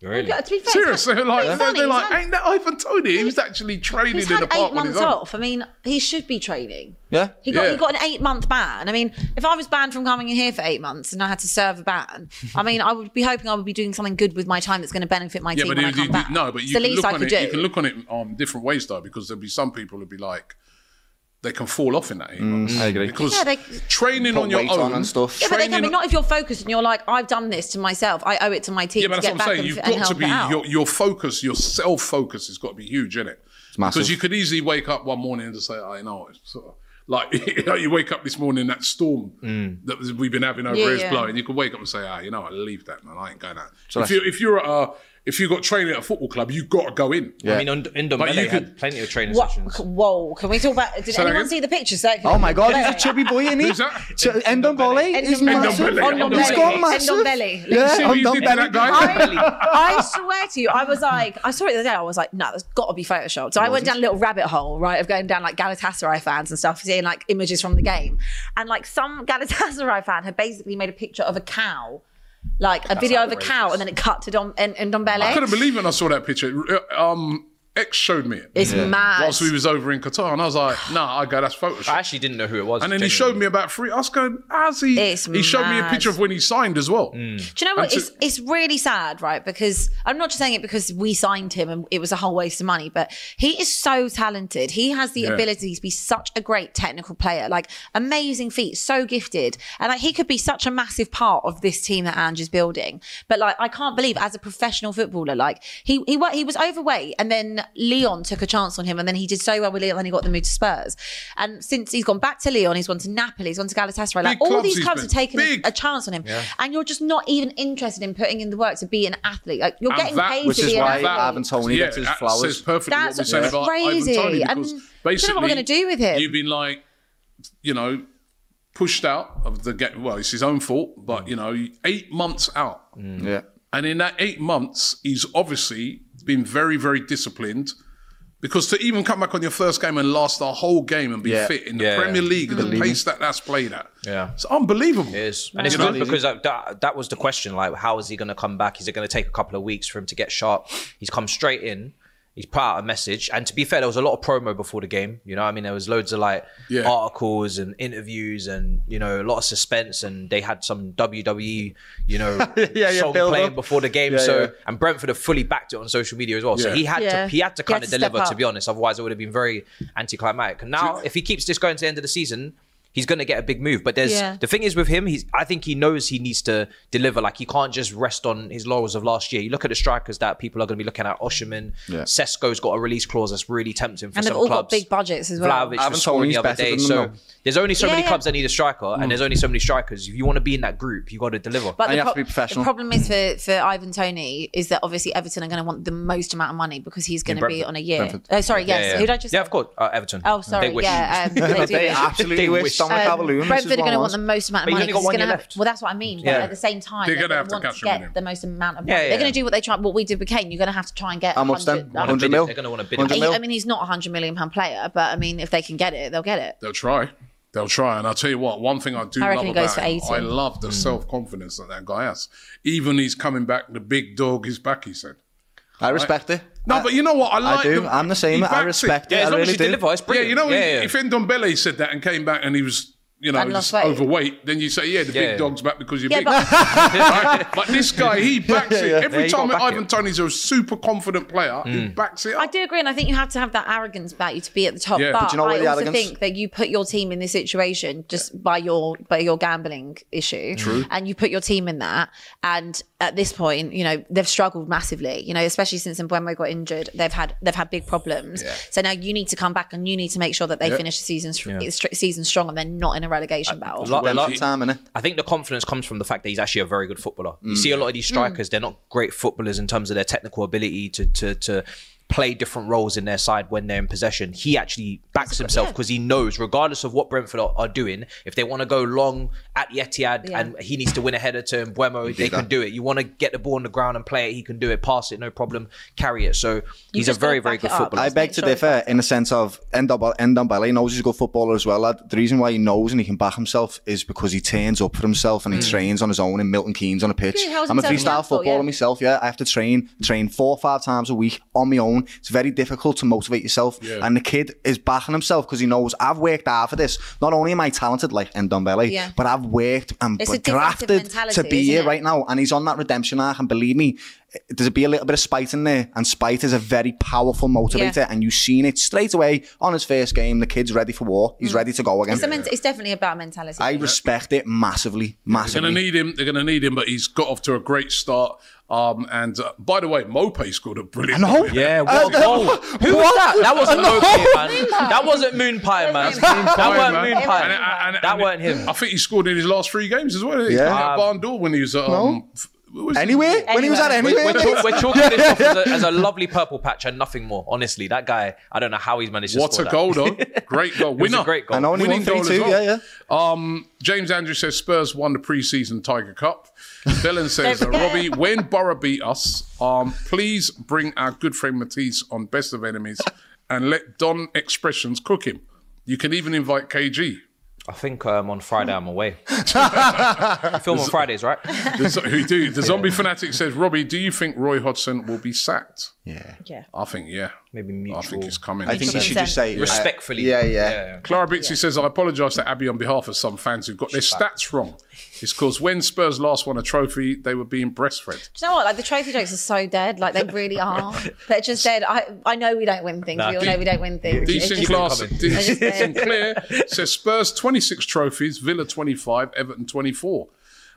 to, yeah, to be fair,
Seriously,
he's had-
like
he's
they're,
had- he's
like,
had-
ain't that Ivan Tony? He was actually training
He's
in
had
the
eight
park with his
months
own.
off. I mean, he should be training.
Yeah.
He got
Yeah.
he got an eight month ban. I mean, if I was banned from coming in here for eight months and I had to serve a ban, I mean, I would be hoping I would be doing something good with my time that's going to benefit my
yeah,
team
but
when
you-
I come
you- you-
back.
no, but
It's
you
the
can,
least
look
I
on
could
it,
do.
you can look on it um, different ways though, because there'll be some people who'll be like, they can fall off in that. eight months.
Mm. I agree.
Because
Yeah, they-
training
Put
on your
weight
own
on and stuff.
yeah, but they can
training-
be not if you're focused and you're like, I've done this to myself. I owe it to my team
Yeah, but
to
that's what
get
I'm
back
saying.
and,
You've
and
got to
help it
be
out.
your, your focus, your self focus has got to be huge, innit?
massive.
Because you could easily wake up one morning and just say, I know it's sort of- like you, know, you wake up this morning that storm that was- we've been having over
Mm. Yeah,
here is
yeah.
blowing. You could wake up and say, Ah, you know, I leave that man. I ain't going out.
So
if
that's-
you if you're at a if you got training at a football club, you got to go in.
Yeah.
I mean, Und-
But you
Ndombele
could-
had plenty of training
What?
sessions.
Whoa! Can we talk about? Did
Say that
anyone
again?
see the picture circulating?
Oh my God, he's a
Wait.
chubby boy, isn't he?
Who's that?
Ch- Ndombele
Ndombele.
is massive.
Ndombele. Ndombele.
He's gone
Ndombele.
massive.
Ndombele.
Yeah,
See what you did to that guy?
I, I swear to you, I was like, I saw it the other day. I was like, no, that's got to be photoshopped. So I went down a little rabbit hole, right, of going down like Galatasaray fans and stuff, seeing like images from the game, and like some Galatasaray fan had basically made a picture of a cow, like a video of a cow, and then it cut to Dom and, and Dombele.
I couldn't believe when I saw that picture. Um, X showed me it
It's mad.
whilst we was over in Qatar, and I was like, Nah, I go. That's Photoshop.
I actually didn't know who it was.
And then he showed me about three. I was going, how's he?
It's
he showed me a
mad.
picture of when he signed as well.
Mm.
Do you know what?
And
It's
to-
it's really sad, right? Because I'm not just saying it because we signed him and it was a whole waste of money, but he is so talented. He has the
Yeah.
ability to be such a great technical player, like amazing feet, so gifted, and like he could be such a massive part of this team that Ange is building. But like, I can't believe as a professional footballer, like he he wa- he was overweight, and then Leon took a chance on him, and then he did so well with Leon, and he got the move to Spurs. And since he's gone back to Leon, he's gone to Napoli, he's gone to Galatasaray. Like
Big
all
clubs
these
he's
clubs
been-
have taken a-
big
a chance on him, and you're just not even interested in putting in the work to be an athlete. Like you're
And
getting
that-
paid
Which
to
is
be
why
an
Ivan
athlete.
Tony gets his
that
flowers.
says perfectly
That's
what we're saying about
crazy.
Ivan Tony
And
because
I don't know what we're
basically
gonna do with him.
You've been like, you know, pushed out of the get. Well, it's his own fault,
Mm.
but you know, eight months out,
Yeah.
and in that eight months, he's obviously been very, very disciplined. Because to even come back on your first game and last the whole game and be
Yeah.
fit in the
Yeah. Mm-hmm.
Premier League, at the pace that that's played at,
Yeah.
it's unbelievable.
It is. And it's
know?
good because that, that that was the question. Like, how is he going to come back? Is it going to take a couple of weeks for him to get sharp? He's come straight in. He's put out a message. And to be fair, there was a lot of promo before the game. You know, what I mean, there was loads of like
Yeah.
articles and interviews, and you know, a lot of suspense. And they had some WWE, you know,
Yeah, yeah,
song
build
playing
up.
before the game.
Yeah,
so
yeah.
and Brentford have fully backed it on social media as well. So
Yeah.
he had
Yeah.
to he had to
He had
kind of
to step
deliver. To
up.
be honest, otherwise it would have been very anticlimactic. And now, if he keeps this going to the end of the season. He's going to get a big move, but there's
Yeah.
the thing is with him, he's I think he knows he needs to deliver. Like he can't just rest on his laurels of last year. You look at the strikers that people are going to be looking at. Osherman,
Yeah.
Sesko's got a release clause that's really tempting for
And they've
some
all
clubs.
got big budgets as well.
Vlahovic
Ivan
was scoring
Tony's
the other
better
day.
than
So
them. Mm.
there's only so
Yeah,
many
yeah.
clubs that need a striker, and there's only so many strikers. If you want to be in that group, you got to deliver.
But
And you
the
have to be professional.
The problem is for, for Ivan Tony is that obviously Everton are going to want the most amount of money because he's going to be
Brentford.
on a year.
Brentford.
Oh, sorry, yes.
yeah, yeah.
Who did I just?
yeah, of course, uh, Everton.
Oh, sorry.
They wish.
Yeah, um, they do
They
wish.
absolutely
They
wish
wish.
Dominic
Um,
Calvert-Lewin. this is
Brentford
what
are going
I
to want the most amount
But
of
you've
money.
only
'cause
got one
he's gonna
year
have-
left.
Well, that's what I mean. But
Yeah.
at the same time,
They're
they're
gonna
gonna
have to
want
cash
to
in on him.
get the most amount of money.
Yeah, yeah.
They're going to do what they try. What we did with Kane, you're going to have to try and get.
How much then?
Wanna
100
bid
100
it.
mil?
They're going to want to bid.
100
it.
I
mil?
mean, he's not a hundred million pound player, but I mean, if they can get it, they'll get it.
They'll try. They'll try. And I'll tell you what, one thing I do love
I reckon he
about
goes for
him,
80.
I love
Mm.
the self confidence that that guy has. Even he's coming back, the big dog is back, he said.
I respect it.
No,
I-
but you know what? I like
I do.
the-
I'm the same.
he
I
backs
respect
it.
it.
Yeah, as
I
long
really
as you
do.
deliver, it's
Yeah,
brilliant.
you know,
yeah, yeah.
if Ndombele said that and came back and he was, you know,
And lost
just
weight.
overweight, then you say, yeah, the
Yeah,
big
yeah.
dog's back because you're
Yeah,
big.
but-
Right? but this guy, he backs
Yeah, yeah.
it. Every
Yeah, you
time
gotta back
Ivan
it.
Tony's a super confident player, he
Mm.
backs it up.
I do agree, and I think you have to have that arrogance about you to be at the top.
Yeah.
But,
But
you know what
I
the
also
arrogance-
think that you put your team in this situation just by your by your gambling issue, True. and you put your team in that, and at this point, you know, they've struggled massively, you know, especially since Mbwemo got injured. They've had they've had big problems.
Yeah.
So now you need to come back and you need to make sure that they
Yeah.
finish the season str-
Yeah.
str- season strong and they're not in a relegation battle.
innit? I think the confidence comes from the fact that he's actually a very good footballer. You
Mm.
see a lot of these strikers; they're not great footballers in terms of their technical ability to to to play different roles in their side when they're in possession. He actually backs himself because he knows, regardless of what Brentford are, are doing, if they want to go long at the Etihad
Yeah.
and he needs to win a header to Mbuemo, they can do it. You want to get the ball on the ground and play it; he can do it, pass it, no problem, carry it. So he's a
just gotta
very very
back
good
it up.
footballer.
I
I beg to differ in the sense of Ndombele he knows he's a good footballer as well. Lad. The reason why he knows and he can back himself is because he turns up for himself and he
Mm.
trains on his own in Milton Keynes on a pitch.
Yeah, he holds
I'm a
himself
freestyle
accountable,
footballer
yeah.
myself, yeah. I have to train, train four or five times a week on my own. It's very difficult to motivate yourself.
Yeah.
And the kid is backing himself because he knows I've worked hard for this. Not only am I talented like Ndombele,
Yeah.
but I've worked and
It's a
but
defensive
grafted to
mentality,
be
isn't
here
it?
right now. And he's on that redemption arc. And believe me, there's be a little bit of spite in there. And spite is a very powerful motivator.
Yeah.
And you've seen it straight away on his first game. The kid's ready for war.
Mm.
He's ready to go again.
It's, a men- it's definitely about mentality.
I respect it massively,
They're going to
massively.
need him. They're going to need him, but he's got off to a great start. Um, and uh, by the way, Mope scored a brilliant. goal.
Yeah,
Uh,
what a goal. Who was that? That wasn't
No.
Loki, man. That wasn't Moonpie, man. That weren't
And- uh,
Moonpie.
and- and- and I think he scored in his last three games as well. didn't he?
Yeah.
He got a barn door when he was at.
No.
Um,
Anywhere? When he was at
We're,
anywhere?
we're, talk- we're chalking
Yeah,
this
yeah,
off as a,
yeah.
as a lovely purple patch and nothing more. Honestly, that guy, I don't know how he's managed to
What
score
a
that.
goal, though. Great goal.
It was a
Winner.
great goal. And only
Winning
won
goal as
3-2,
well.
yeah,
Um, James Andrew says Spurs won the preseason Tiger Cup. Dylan says,
Don't forget.
Robbie, when Borough beat us, um, please bring our good friend Matisse on Best of Enemies and let Don Expressions cook him. You can even invite KG.
I think um, on Friday I'm away.
I
film on Fridays, right?
we do. The zombie fanatic says, Robbie, do you think Roy Hodgson will be sacked?
Yeah.
Yeah.
I think yeah.
Maybe mutual.
I think he's coming.
I think he should just say
Respectfully.
yeah, yeah.
Clara Bixby says, I apologise to Abby on behalf of some fans who've got their stats wrong. It's because when Spurs last won a trophy, they were being breastfed.
Do you know what? Like the trophy jokes are so dead. Like they really are. They're just dead. I I know we don't win things.
Nah,
we all
keep-
know we don't win things. It's
Decent
just-
class.
it's just dead.
Decent clear. Says Spurs 26 trophies, Villa 25, Everton 24.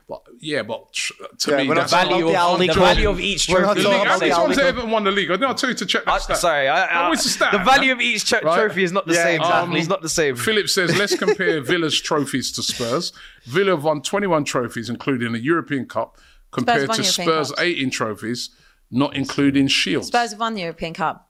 But yeah, but tr- to
Yeah,
me,
we're not
that's
talking about The the value of- Aldi the value Cup. of each
We're not
trophy.
talking How
We're
many
not
times
talking-
Everton won the league? I don't tell you to check that stat.
Uh, sorry, I- I-
What's the stat? um,
the value of each tro- trophy is not the same, Zach. It's not the same.
Philip says, let's compare Villa's trophies to Spurs. Villa have won 21 trophies, including the European Cup, compared
won
to
European
Spurs'
Cups.
18 trophies, not including Shields.
Spurs have won the European Cup.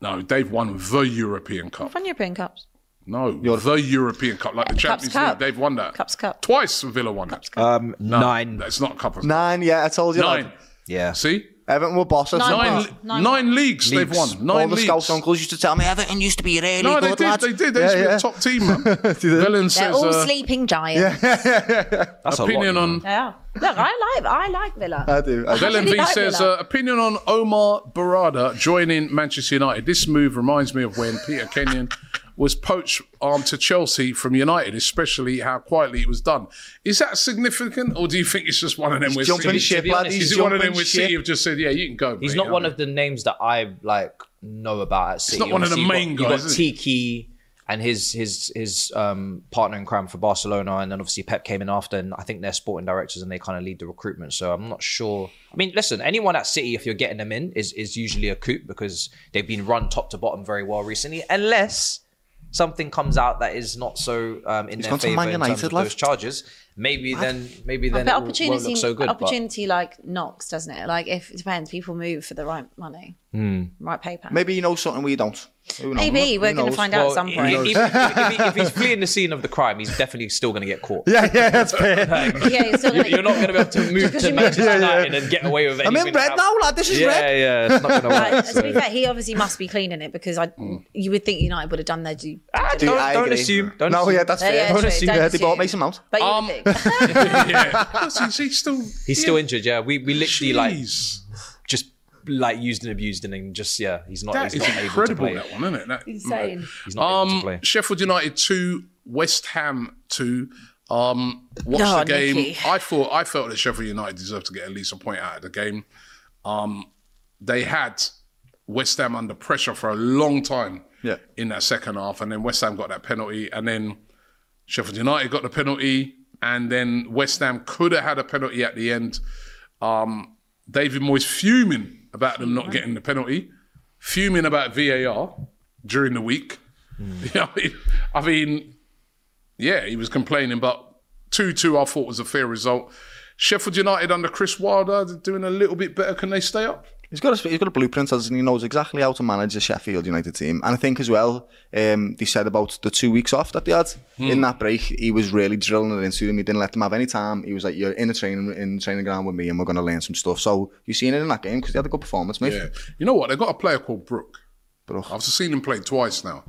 No, they've won the European Cup.
Won European Cups.
No, the European Cup, like the Champions
Cup.
League. They've won that. Cups
Cup.
Twice Villa won it.
Um, nine.
That's not a cup of
Uh, Nine, yeah, I told you.
Nine.
Lad.
Yeah.
See?
Everton were bosses.
Nine Nine bosses. le- Nine nine leagues they've won. Nine
All the
leagues.
scouts uncles used to tell me Everton used to be really
No,
good.
they did.
lad.
They did. They used to be a top team, man. Villain
They're
says
all
uh,
sleeping giants.
That's opinion on
They are. Look, I like I like Villa.
I do. I do.
Dylan
Really
V
like
says,
Villa.
uh, opinion on Omar Barada joining Manchester United. This move reminds me of when Peter Kenyon was poached um, to Chelsea from United, especially how quietly it was done. Is that significant, or do you think it's just one of them
He's
with
jumping
City?
ship, To be lad, honest, he's
Is it one of
jumping
them with
ship.
City have just said, yeah, you can go.
He's
mate,
not
you
one
know?
of the names that I like know about at City.
not one of the
Obviously,
main
you've got,
guys,
You've
is
got
it?
Tiki and his his his um, partner in crime for Barcelona, and then obviously Pep came in after, and I think they're sporting directors and they kind of lead the recruitment. So I'm not sure. I mean, listen, anyone at City, if you're getting them in, is is usually a coup because they've been run top to bottom very well recently, unless. Something comes out that is not so um, in
He's
their
gone to
favour
Man
in terms
United,
of
lad.
those charges. Maybe then, maybe
But
then it will, won't
opportunity,
look so good. but-
opportunity like knocks, doesn't it? Like if it depends, people move for the right money,
Hmm.
right paper.
Maybe you know something we don't. Who knows?
Maybe,
Who
we're gonna
knows?
find out at some point.
If, if- if he- if he's fleeing the scene of the crime, he's definitely still going to get caught.
Yeah, yeah, that's fair.
yeah, you're,
you're, not going to be able to move to Manchester
Yeah, yeah.
United and get away with
I'm
anything.
in red
that-
now, lad, this is
yeah,
red.
Yeah, it's not going to work.
Like, to be fair, he obviously must be cleaning it because I,
Hmm.
you would think United would have done their due.
Ah,
Dude,
diligence.
I
don't
agree.
assume- don't
no,
assume.
yeah, that's
Yeah,
fair.
yeah,
don't
true,
assume.
don't
yeah, they bought
assume.
Mason Mount.
But you
Um,
would think.
yeah. Because he's, he's still.
He's still injured. Yeah, we we literally
Jeez.
like just like used and abused and then just yeah, he's not.
That
he's
is
not
incredible,
Able to
that
play.
one, isn't it? That,
Insane. He's not able to play.
um, Sheffield United 2, West Ham 2. Um, watch
No,
the game.
Nicky.
I thought I felt that Sheffield United deserved to get at least a point out of the game. Um, they had West Ham under pressure for a long time
Yeah.
in that second half, and then West Ham got that penalty, and then Sheffield United got the penalty, and then West Ham could have had a penalty at the end. Um, David Moyes fuming about them not getting the penalty, fuming about VAR during the week. You know, I mean, yeah, he was complaining, but 2 2 I thought was a fair result. Sheffield United under Chris Wilder doing a little bit better. Can they stay up?
He's got a he's got a blueprint as and he knows exactly how to manage a Sheffield United team. And I think as well, um, they said about the two weeks off that they had
Hmm.
in that break, he was really drilling it into them. He didn't let them have any time. He was like, "You're in the training in the training ground with me, and we're going to learn some stuff." So you've seen it in that game because they had a good performance, mate.
Yeah. You know what? They've got a player called Brooke. I've seen him play twice now.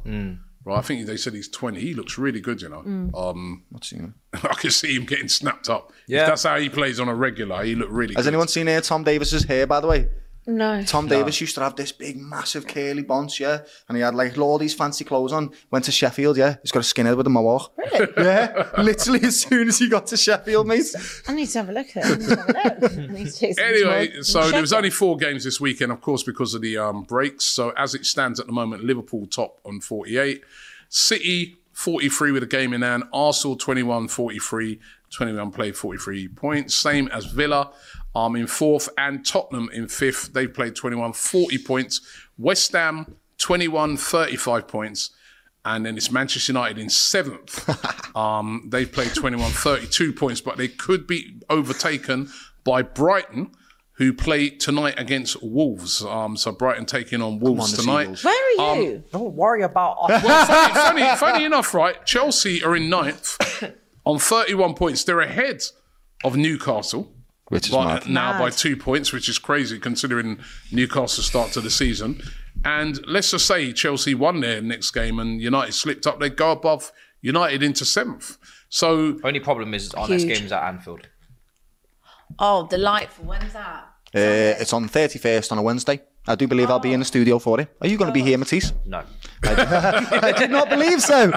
Right, I think they said he's 20. He looks really good, you know.
Mm.
Um,
I've seen him.
I can see him getting snapped up.
Yeah.
If that's how he plays on a regular, he looked really
Has
good.
anyone seen uh, Tom Davis's hair, by the way?
No.
Tom
No.
Davis used to have this big, massive curly bunch, yeah, and he had like all these fancy clothes on. Went to Sheffield, yeah. He's got a skinhead with a mohawk. Really? Yeah. Literally, as soon as he got to Sheffield, mate.
I need to have a look at it. I need to have a look. I need to do some
Anyway,
more
so there was
checking.
only four games this weekend, of course, because of the um, breaks. So as it stands at the moment, Liverpool top on 48, City 43 with a game in hand, Arsenal 21 43, 21 played 43 points, same as Villa um, in fourth, and Tottenham in fifth. They played 21 40 points, West Ham 21 35 points. And then it's Manchester United in seventh. um, they played 21 32 points, but they could be overtaken by Brighton, who play tonight against Wolves. Um, so Brighton taking on Wolves tonight.
Where are
Um,
you? Don't worry about us.
well, funny, funny, funny enough, right? Chelsea are in ninth on 31 points. They're ahead of Newcastle.
Which is
by-
mad.
now by
Mad.
two points, which is crazy considering Newcastle's start to the season. And let's just say Chelsea won their next game and United slipped up. They go above United into seventh. So
only problem is our next
Huge.
game's at Anfield.
Oh, delightful. When's that?
Uh, it's on the 31st on a Wednesday. I do believe I'll be in the studio for it. Are you going to be here, Matisse?
No.
I, I did not believe so.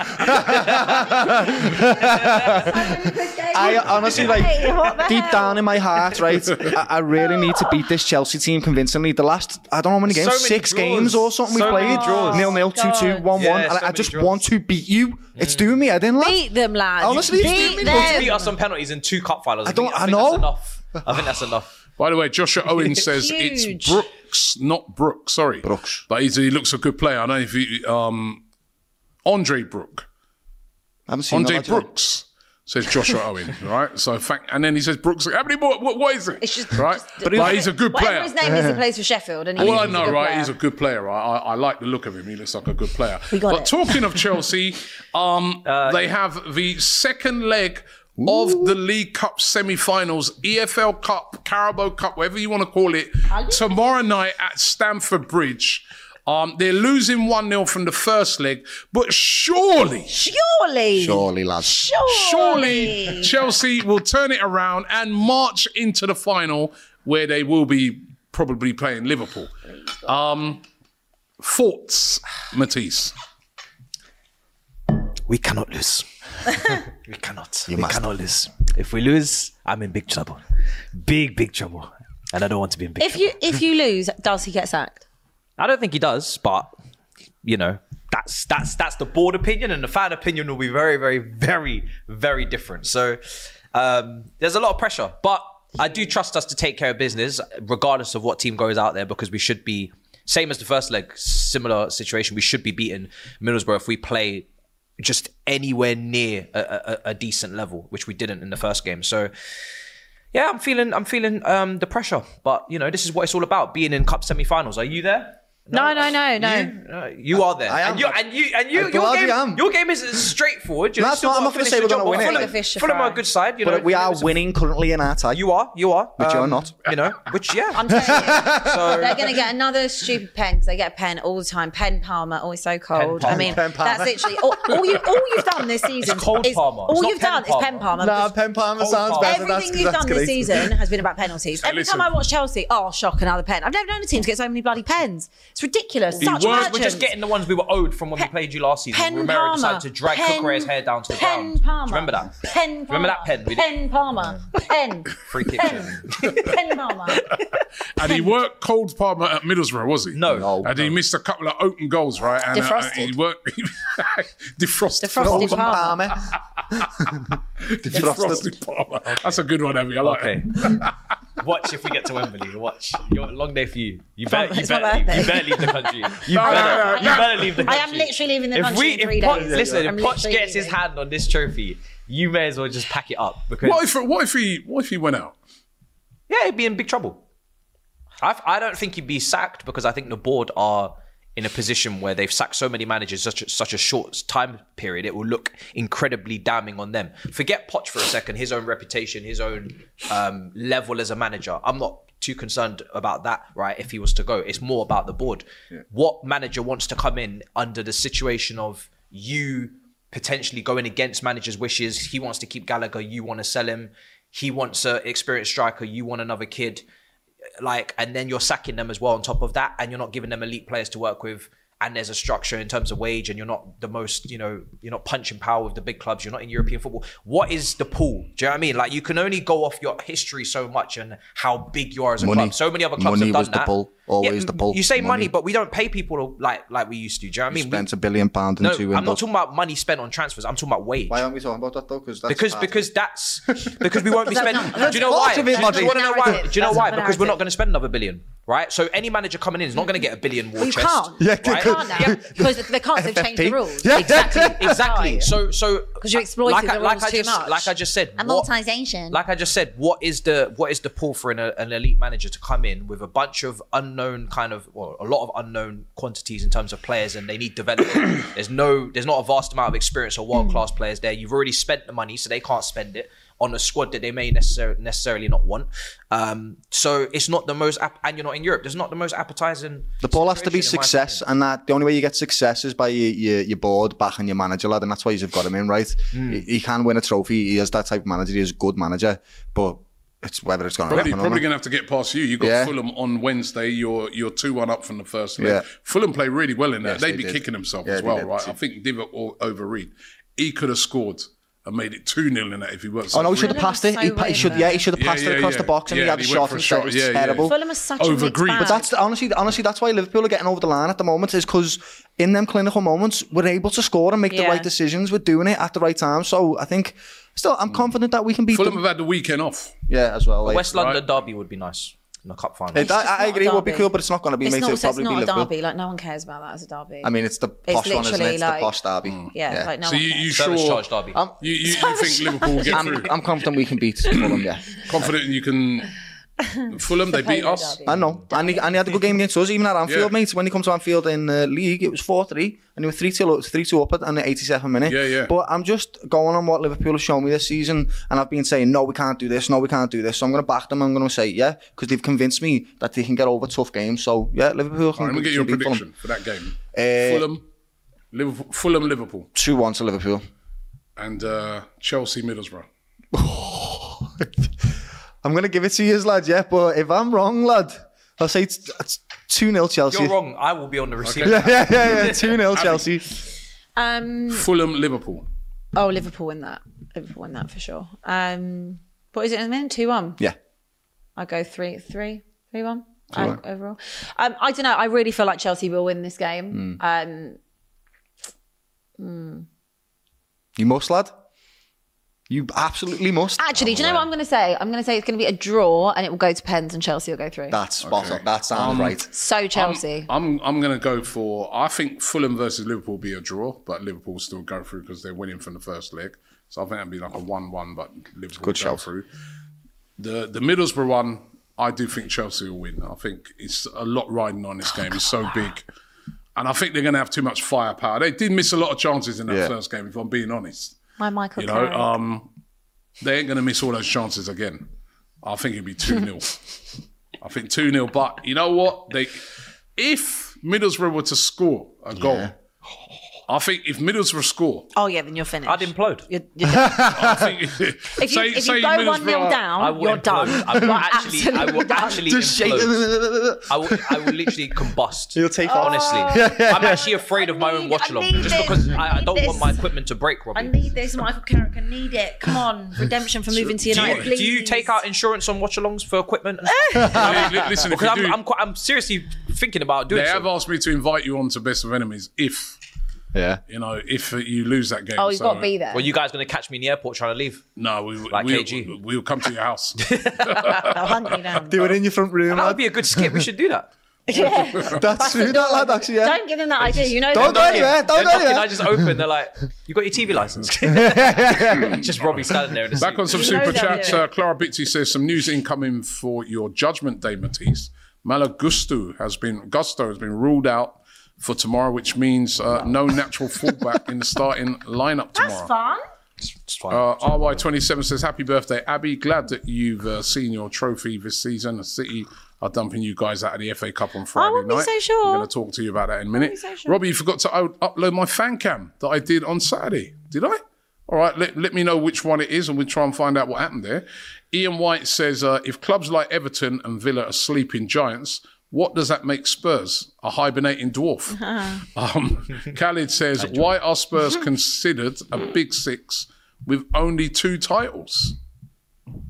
I honestly, like, deep down in my heart, right, I, I really need to beat this Chelsea team convincingly. The last, I don't know how many
So
games,
many
six
draws.
games or something
So
we
many
played.
draws.
Nil nil, two two,
God.
one one.
Yeah,
And
so
I, I
many
just
draws.
want to beat you. It's doing me. I didn't laugh.
Beat them, lads.
Oh,
Honestly,
you,
beat
you
them.
beat us on penalties in two cup finals.
I don't-
think-
I
think
know.
That's enough. I think that's enough.
By the way, Joshua Owen says
Huge.
it's Brooks, not Brooks. Sorry, Brooks. But he's, he looks a good player. I don't know if he, um, Andre Brook.
I haven't seen
Andre
that lad
Brooks says Joshua Owen. Right. So thank, and then he says Brooks. How many more? What, what is it? It's just right. but he's a good
Whatever
player.
his name is, he plays for Sheffield. And he
All I
he's a
know,
good
right,
player.
he's a good player. Right? I, I like the look of him. He looks like a good player.
We got
but
it.
talking of Chelsea, um, they have the second leg of the League Cup semi-finals, EFL Cup, Carabao Cup, whatever you want to call it, tomorrow night at Stamford Bridge. Um, they're losing 1-0 from the first leg, but surely...
Surely.
Surely, lads.
Surely. Chelsea will turn it around and march into the final where they will be probably playing Liverpool. Um, thoughts, Matisse?
We cannot lose. we cannot.
You
we
must.
cannot lose. If we lose, I'm in big trouble. Big, big trouble. And I don't want to be in big
If
trouble.
you if you lose, does he get sacked?
I don't think he does, but you know, that's that's that's the board opinion, and the fan opinion will be very, very, very, very different. So um, there's a lot of pressure, but I do trust us to take care of business, regardless of what team goes out there, because we should be same as the first leg, similar situation. We should be beating Middlesbrough if we play just anywhere near a, a, a- a decent level, which we didn't in the first game. So yeah, I'm feeling I'm feeling um, the pressure, but you know, this is what it's all about: being in cup semi-finals. Are you there?
No, no, no, no.
You are there.
I am.
and, you, and you, and you,
I
your
bloody
game,
am.
your game is straightforward. You
No,
know,
that's
still
not- I'm
gotta
not gonna
finish
say
the
we're gonna
job, but
win it.
Fulham-
Like a fish to
Fulham are
fry.
a good side. You know,
But we are winning currently in our tie.
You are, you are.
But you're
Um,
not.
You know, which yeah.
I'm telling you.
So-
They're going to get another stupid pen because they get a pen all the time. Pen Palmer, always so cold. I
Palmer.
mean,
Pen Palmer.
that's literally all, all, you, all you've done this season.
It's cold
is,
Palmer. It's
All
not
you've
Pen
done
Palmer.
is Pen Palmer.
Nah,
because
Pen Palmer
Cold sounds Palmer. better.
Everything
That's-
you've
that's
done this
crazy.
season has been about penalties.
Hey,
Every
listen.
time I watch Chelsea, oh, shock, another pen. I've never known a team to get so many bloody pens. It's ridiculous. Such
we're,
legends.
just getting the ones we were owed from when we played you last season.
Pen
Romero
Palmer.
decided to drag
Pen-
Kukureya's hair down to the
Pen
ground.
Palmer.
Do you remember that?
Pen Palmer.
Remember that pen? We did
Pen Palmer. Pen.
free kick.
Pen Palmer.
And he worked cold Palmer at Middlesbrough, was he? No. and he missed a couple of open goals, right? And uh,
Defrosted.
he worked defrosted.
Defrosted
Palmer.
defrosted Palmer. That's a good one, Evie. I like it.
Watch if we get to Wembley. Watch. You're a long day for you. You better, you
It's my
better, leave, you
birthday.
better leave the country. You
No, no,
Uh,
better,
no,
you
no.
better leave the
I
country.
am literally leaving the
if
country
we,
in
if
three
Pot-
days.
Listen,
I'm
if Potch
literally
gets his
leaving.
hand on this trophy, you may as well just pack it up because
What if what if he what if he went out?
Yeah, he'd be in big trouble. I, I don't think he'd be sacked because I think the board are in a position where they've sacked so many managers such a, such a short time period. It will look incredibly damning on them. Forget Poch for a second, his own reputation, his own um, level as a manager. I'm not too concerned about that, right? If he was to go, it's more about the board. What manager wants to come in under the situation of you potentially going against manager's wishes? He wants to keep Gallagher, you want to sell him. He wants an experienced striker, you want another kid like and then you're sacking them as well on top of that and you're not giving them elite players to work with and there's a structure in terms of wage and you're not the most you know you're not punching power with the big clubs you're not in european football what is the pool do you know what i mean like you can only go off your history so much and how big you are as a
Money.
club so many other clubs
Money
have done
was the
that
pull. Always
Yeah,
the pull.
you say money.
Money.
but we don't pay people like like we used to do you know what i mean We-
Spent a billion pound in
no,
two
I'm
windows.
not talking about money spent on transfers. I'm talking about wage. Why
aren't we talking about that though? Because
because
part-
because that's because we won't be spending.
That's
do you know
part
why?
of it,
do, you,
Muddy.
want to know why?
Narrative.
Do you know
That's
why?
the
Because we're
narrative.
not going to spend another billion, right? So any manager coming in is not going to get a billion war
You
chest.
can't. You
right?
can't now because they can't. They've changed the
FFP.
rules.
Yeah. Exactly, exactly.
Right.
So, so
'Cause you exploited
like I-
the
like
rules
I
too
just,
much.
Like I just said, what-
Amortization.
like I just said, what is the what is the pull for an, an elite manager to come in with a bunch of unknown kind of well, a lot of unknown quantities in terms of players, and they need development. there's no, there's not a vast amount of experience or world class players there. You've already spent the money, so they can't spend it on a squad that they may necessar- necessarily not want. Um, so it's not the most, app- and you're not in Europe. There's not the most appetizing.
The ball has to be
situation, in my
success, and that the only way you get success is by your, your, your board back and your manager, lad, and that's why you've got him in, right?
Mm.
He, he can win a trophy. He is that type of manager. He is a good manager, but it's whether it's going to
Probably,
happen. or
probably
not.
going to have to get past you. You got
Yeah.
Fulham on Wednesday. You're you're two one up from the first leg.
Yeah.
Fulham play really well in that.
Yes,
They'd
they
be
did.
kicking themselves
Yeah,
as
they
well,
did
right?
too.
I think Divock or overread. He could have scored and made it two 0 in that if he weren't.
Oh no, he should have passed it. he, pa- he should, yeah, he should have
Yeah,
passed
yeah,
it across
yeah.
the box, and
Yeah,
he had
and
a
he
shot
went for a
instead.
shot.
It's
Yeah, yeah.
terrible.
Fulham are such a Over mixed Greece. bag.
But that's honestly, honestly, that's why Liverpool are getting over the line at the moment is because in them clinical moments we're able to score and make the
Yeah.
right decisions. We're doing it at the right time, so I think still I'm confident that we can beat
Hmm. Fulham
them.
have had the weekend off.
Yeah, as well.
A
like-
West London derby would be nice in a cup final.
It- I, I
not
agree,
a
it would be
derby.
cool, but it's not going to be.
It's
mate,
not,
it'll
so it's
probably
not
be
a
Liverpool.
derby. Like no one cares about that as a derby.
I mean, it's Mm. the
It's
posh one, isn't it?
literally
It's
like-
the posh derby.
Yeah, like no
So
one
you,
cares.
you
Service
sure? Um,
charge derby.
I'm, you you, you think Liverpool will get
I'm,
through?
I'm confident we can beat Fulham, yeah.
confident you can. Fulham, they beat us.
I know. And he, and he had a good game against us, even at Anfield, mate. When he come to Anfield in the league, it was 4 3, and he was 3 2 up, 3 2 up at and the 87 minute.
Yeah, yeah.
But I'm just going on what Liverpool have shown me this season, and I've been saying, no, we can't do this, no, we can't do this. So I'm going to back them, I'm going to say, yeah, because they've convinced me that they can get over tough games. So, yeah, Liverpool
All
can
right, let me get your
can beat
prediction for that game.
Eh,
Fulham, Liverpool, Fulham, Liverpool,
Fulham. 2 1 to Liverpool.
and uh, Chelsea, Middlesbrough.
I'm going to give it to you, lad, yeah, but if I'm wrong, lad, I'll say 2 0 Chelsea.
You're wrong. I will be on the receiving.
Yeah, yeah, yeah, yeah. 2 0 Chelsea.
Um,
Fulham, Liverpool.
oh, Liverpool win that. Liverpool win that for sure. Um, what is it in a minute? Two one.
Yeah.
I go three, three, three, one.
Two,
I-
one.
overall, um, I don't know. I really feel like Chelsea will win this game. Um, mm.
You must, lad. You absolutely must.
Actually, do you know what I'm going to say? I'm going to say it's going to be a draw, and it will go to pens, and Chelsea will go through.
That's spot on. That sounds
Um,
right.
so Chelsea.
I'm I'm going to go for. I think Fulham versus Liverpool will be a draw, but Liverpool will still go through because they're winning from the first leg. So I think that'd be like a one-one, but Liverpool
Good
go
shout.
through. The the Middlesbrough one, I do think Chelsea will win. I think it's a lot riding on
Oh,
this game. It's so big. And I think they're going to have too much firepower. They did miss a lot of chances in that
Yeah.
first game, if I'm being honest.
My Michael.
You know,
Carrick.
uh,
um, they ain't going to miss all those chances again. I think it'd be 2 0. I think 2 0. But you know what? They, If Middlesbrough were to score a goal, I think if Middlesbrough score,
oh yeah, then you're finished. I'd
implode.
You're, you're done.
I think. if
Uh-huh. if you, if you go one 0 down,
I will
you're
implode.
done.
I will
You're
actually, I
absolutely
will
done.
actually implode. I will, I will literally combust. You'll
take
off.
Honestly,
Oh.
I'm actually afraid of my own watch along
need
just
this.
because I, I
need
don't want
this.
my equipment to break, Robbie.
I need this, Michael Carrick. I need it. Come on, redemption for moving to
do,
United,
you,
please.
do
Eh.
you take out insurance on watch-alongs for equipment? and-
listen, if
because
you
I'm,
do-
I'm, quite, I'm seriously thinking about
They
doing.
have asked me to invite you on to Best of Enemies if
Yeah.
You know, if you lose that game,
Oh, you've
so-
got to be there.
Well, you guys gonna catch me in the airport trying to leave?
No, we
like
we,
KG.
we, will come to your house.
Do it in your front room.
That would be a good skip. We should do that.
Yeah.
That's true, that lad, actually, yeah.
Don't give them that idea. You know
Don't
they're
do it, yeah.
not-
Don't
They're
do it,
knocking,
yeah.
I just open. They're like, "You got your TV license?" just Robbie standing there. In the
Back on some
suit.
super chats. Uh, Clara Bitsy says some news incoming for your Judgment Day, Matisse. Malagusto has been Gusto has been ruled out for tomorrow, which means uh, no natural fullback in the starting lineup tomorrow.
fun.
Uh, RY27 says, Happy birthday, Abby. Glad that you've uh, seen your trophy this season. The City are dumping you guys out of the FA Cup on Friday
wouldn't be
night.
so sure.
I'm going to talk to you about that in a minute.
so sure.
Robbie, you forgot to o- upload my fan cam that I did on Saturday. Did I? All right, let, let me know which one it is and we'll try and find out what happened there. Ian White says, uh, If clubs like Everton and Villa are sleeping giants, what does that make Spurs? A hibernating dwarf. Um, Khalid says, Why are Spurs considered a big six with only two titles?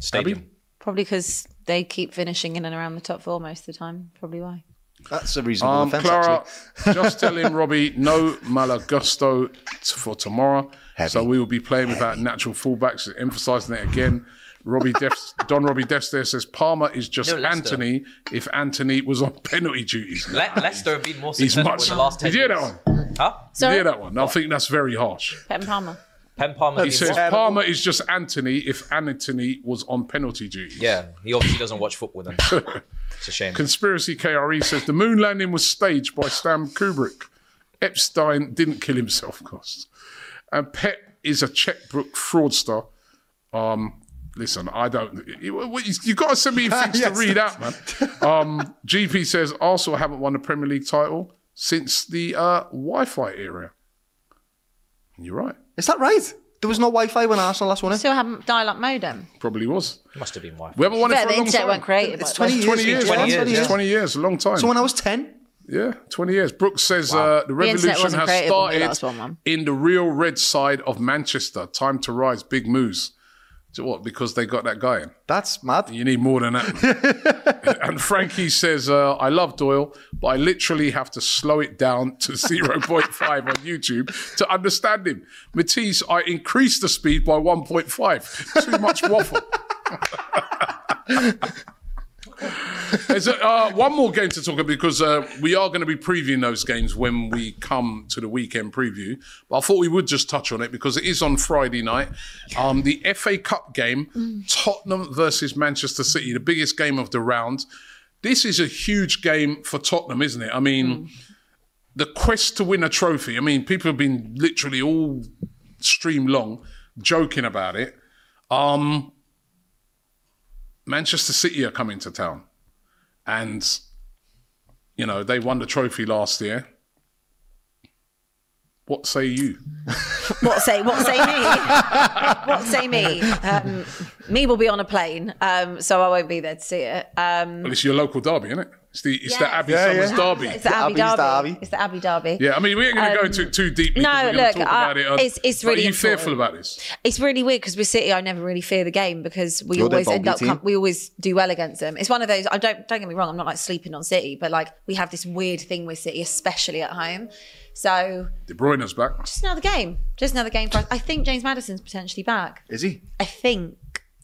Stadium.
Probably because they keep finishing in and around the top four most of the time. Probably why.
That's a reasonable
Um,
offence,
Clara,
actually.
just tell him, Robbie, no Malagusto t- for tomorrow. So we will be playing without natural fullbacks, emphasizing it again. Robbie Def- Don Robbie Def there says Palmer is just
No, Leicester.
Anthony if Anthony was on penalty duties.
Le- Leicester have been more
He's
successful
much.
in the last ten
Did you hear that
years.
one?
Huh?
Did you hear that one? I think that's very harsh.
Pep Palmer.
Pen Palmer.
He
being
says
more-
Palmer is just Anthony if Anthony was on penalty duty.
Yeah, he obviously doesn't watch football. Then it's a shame.
Conspiracy KRE says the moon landing was staged by Stan Kubrick. Epstein didn't kill himself, of course. And Pep is a checkbook fraudster. Um, listen, I don't. You've got to send me things
Yes.
to read out, man. Um, GP says Arsenal haven't won a Premier League title since the uh, Wi Fi era. You're right.
Is that right? There was no Wi Fi when Arsenal last won it.
Still haven't dial-up modem.
Probably was.
Must have been wife.
We haven't won it
But
for
the
a long
internet
time.
weren't created.
It's
by the way.
20 years.
20 years,
yeah,
man.
20
20
years.
years. a long time.
So when I was 10,
Yeah, 20 years. Brooks says uh, the
The internet
revolution
wasn't
has
created when we
started
last won one.
in the real red side of Manchester. Time to rise. Big moves. So what? Because they got that guy in.
that's mad.
You need more than that. and Frankie says, uh, I love Doyle, but I literally have to slow it down to 0.5 on YouTube to understand him. Matisse, I increased the speed by 1.5. Too much waffle. There's a, uh, one more game to talk about because uh, we are going to be previewing those games when we come to the weekend preview. But I thought we would just touch on it because it is on Friday night. Um, the FA Cup game, Tottenham versus Manchester City, the biggest game of the round. This is a huge game for Tottenham, isn't it? I mean, the quest to win a trophy. I mean, people have been literally all stream long joking about it. Um, Manchester City are coming to town. And, you know, they won the trophy last year. What say you?
What say? What say me? what say me? Um, me will be on a plane, um, so I won't be there to see it. Um,
Well, it's your local derby, isn't it? It's the, it's the
Yes.
Abbey
Yeah,
Summers
yeah.
derby.
it's the Abbey
Abbey's
Derby.
derby.
It's the Abbey Derby.
Yeah, I mean, we ain't going to go too, too deeply. 'cause
Um, no,
we're gonna
look,
talk
I-
about it. uh,
it's- it's
but
really
Are you
important.
fearful about this?
It's really weird because with City, I never really fear the game because we
You're their
always end
bogey
up.
team.
Com- we always do well against them. It's one of those. I don't. Don't get me wrong. I'm not like sleeping on City, but like we have this weird thing with City, especially at home. So
De Bruyne's back.
just another game. Just another game for us. I think James Madison's potentially back.
Is he?
I think.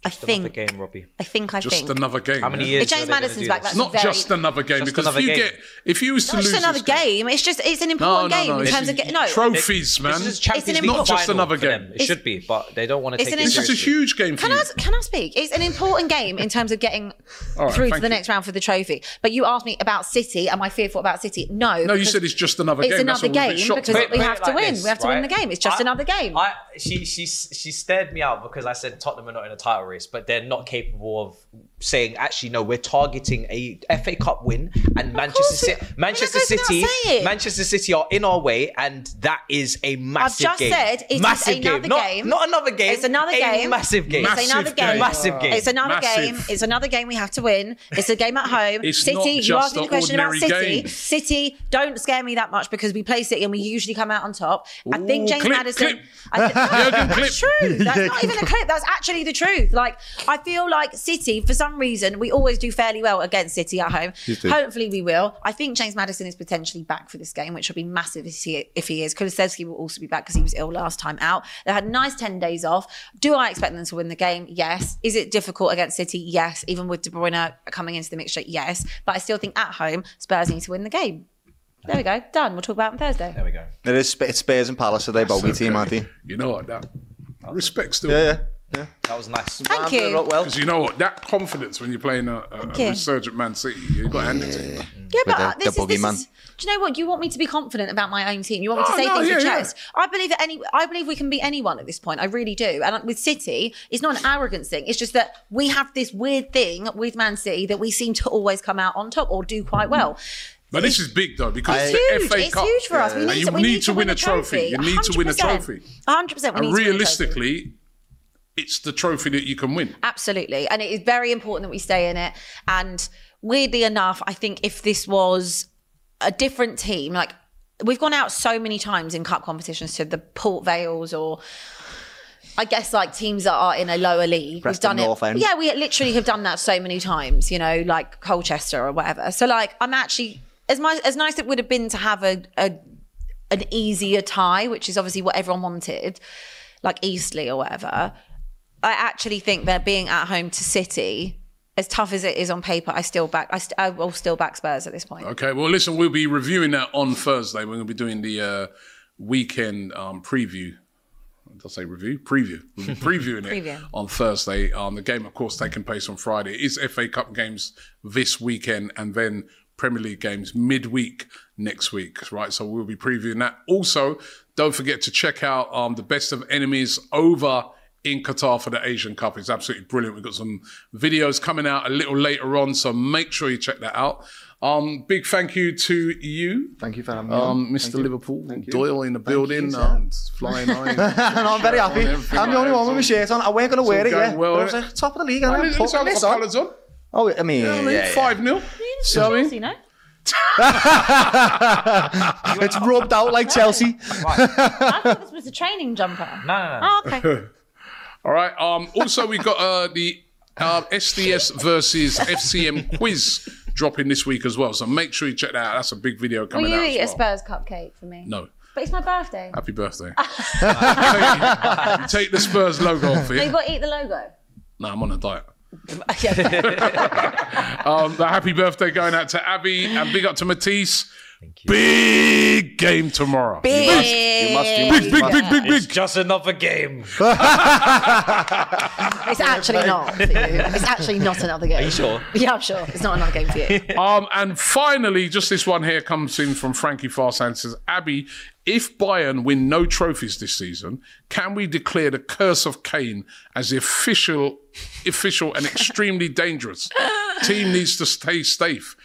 I
Another
think.
game, Robbie.
I think. I
Just
think.
another game.
How many
yeah?
years?
If James
are they gonna
Madison's
do
back,
this?
that's
Not
very-
just another game
Just
because
another
if you
game.
get if you was to
Not
lose
just another
this game-
game. It's just it's an
No,
important
no,
game
no.
in
it's-
terms of get, no.
trophies, man.
This is
It's an
Champions League
important-
not just
final
another
for them.
game.
It should be, but they don't want to
It's
take
an
it
This is a
seriously.
huge game for
Can
you.
I, can I speak? It's an important game in terms of getting
All right,
through to
thank
the
you.
next round for the trophy. But you asked me about City. Am I fearful about City? No.
No, you
because
said it's just another
it's
game. That's
another
what we're a bit
game
shocked
because
about.
we
Put it
have to
like
win.
this,
we have to win the
right?
game. It's just
I-
another game.
I, she, she, she stared me out because I said Tottenham are not in a title race, but they're not capable of saying, actually, no, we're targeting a FA Cup win and Manchester
course we-
City.
we
Manchester
never go
City,
without saying.
Manchester City are in our way, and that is a massive
just
game.
said it is
massive
another
game. Not-
game.
Not, another game.
It's another
a
game.
Massive game.
Massive
it's another
game.
game.
Massive game.
It's another
Massive.
game. It's another game we have to win. It's a game at home.
It's
City,
not
you
just
asked me
an
the question about
ordinary
City.
game.
City, don't scare me that much because we play City and we usually come out on top. I think
Ooh,
James
clip,
Madison.
clip.
I th-
Jurgen,
that's
clip.
true. That's
Yeah,
not even a clip. That's actually the truth. Like I feel like City, for some reason, we always do fairly well against City at home.
You do.
Hopefully, we will. I think James Madison is potentially back for this game, which will be massive if he, if he is. Kulusevski will also be back because he was ill last time out. They had a nice 10 days off. Do I expect them to win the game? Yes. Is it difficult against City? Yes. Even with De Bruyne coming into the mixture? Yes. But I still think at home, Spurs need to win the game. There we go. Done. We'll talk about it on Thursday. There
we go.
It is Sp- it's Spurs and Palace, so they bogey team, aren't they?
You know what? That respect still.
Yeah, yeah.
That was nice.
Thank you.
Because you know what? That confidence when you're playing a, a,
Thank
a
you.
resurgent Man City, you've got to hand it to them.
Yeah,
with
but
the-
uh,
the
this, is, this
boogeyman.
is. Do you know what? You want me to be confident about my own team. You want me to
Oh,
say
no,
things with
yeah, yeah.
chest. I believe that any. I believe we can beat anyone at this point. I really do. And with City, it's not an arrogance thing. It's just that we have this weird thing with Man City that we seem to always come out on top or do quite well.
But this is big though because it's,
It's
Uh, the
huge.
FA
It's
Cup.
huge for us. We
And
need
you
to- we
need to win a trophy. You need to win a
100%.
trophy.
100%. We
And
need to win a trophy.
realistically, it's the trophy that you can win.
Absolutely. And it is very important that we stay in it. And weirdly enough, I think if this was a different team, like we've gone out so many times in cup competitions to the Port Vales or I guess like teams that are in a lower league.
Preston
we've done
North
it.
End.
Yeah, we literally have done that so many times, you know, like Colchester or whatever. So like I'm actually as my, as nice it would have been to have a, a an easier tie, which is obviously what everyone wanted, like Eastleigh or whatever. I actually think that being at home to City, as tough as it is on paper, I still back. I, st- I will still back Spurs at this point.
Okay. Well, listen, we'll be reviewing that on Thursday. We're going to be doing the uh, weekend um, preview. I'll say review, preview. We'll be previewing it
Preview.
on Thursday. Um, the game, of course, taking place on Friday. It is FA Cup games this weekend and then Premier League games midweek next week, right? So we'll be previewing that. Also, don't forget to check out um, the best of enemies over in Qatar for the Asian Cup. It's absolutely brilliant. We've got some videos coming out a little later on, so make sure you check that out. Um, big thank you to you.
Thank you for having me.
Um,
on.
Mr. Liverpool Doyle in the building,
sir.
um, flying eyes.
and I'm very
shirt on,
happy.
everything
I'm the only
like
one with my
that.
shirt on. I weren't going to
It's all
wear it,
going
yeah.
well,
but I was
innit?
like, top of the league,
Oh,
and I'm
look, look,
putting
I've
this
got
on.
colours on.
Oh, I mean, yeah, yeah.
Five 0 So I mean,
You know?
it's rubbed out like Chelsea.
I thought this was a training jumper.
No, no, no.
Oh, okay.
all right. Um, also, we got uh, the uh, SDS versus FCM quiz dropping this week as well. So make sure you check that out. That's a big video
Will
coming
you
out.
eat a
as well.
Spurs cupcake for me?
No.
But it's my birthday.
Happy birthday. take, you take the Spurs logo off
No,
it.
you've got to eat the logo.
No, I'm on a diet.
yeah.
Um, the happy birthday going out to Abby and big up to Matisse. Big game tomorrow.
You must, you
big, big, big, big, big.
Just another game.
It's actually not. for you. It's actually not another game. Are you
sure?
Yeah, I'm sure. It's not another game for you.
Um, and finally, just this one here comes in from Frankie Farsan says, Abby, if Bayern win no trophies this season, can we declare the curse of Kane as the official, official and extremely dangerous? Team needs to stay safe.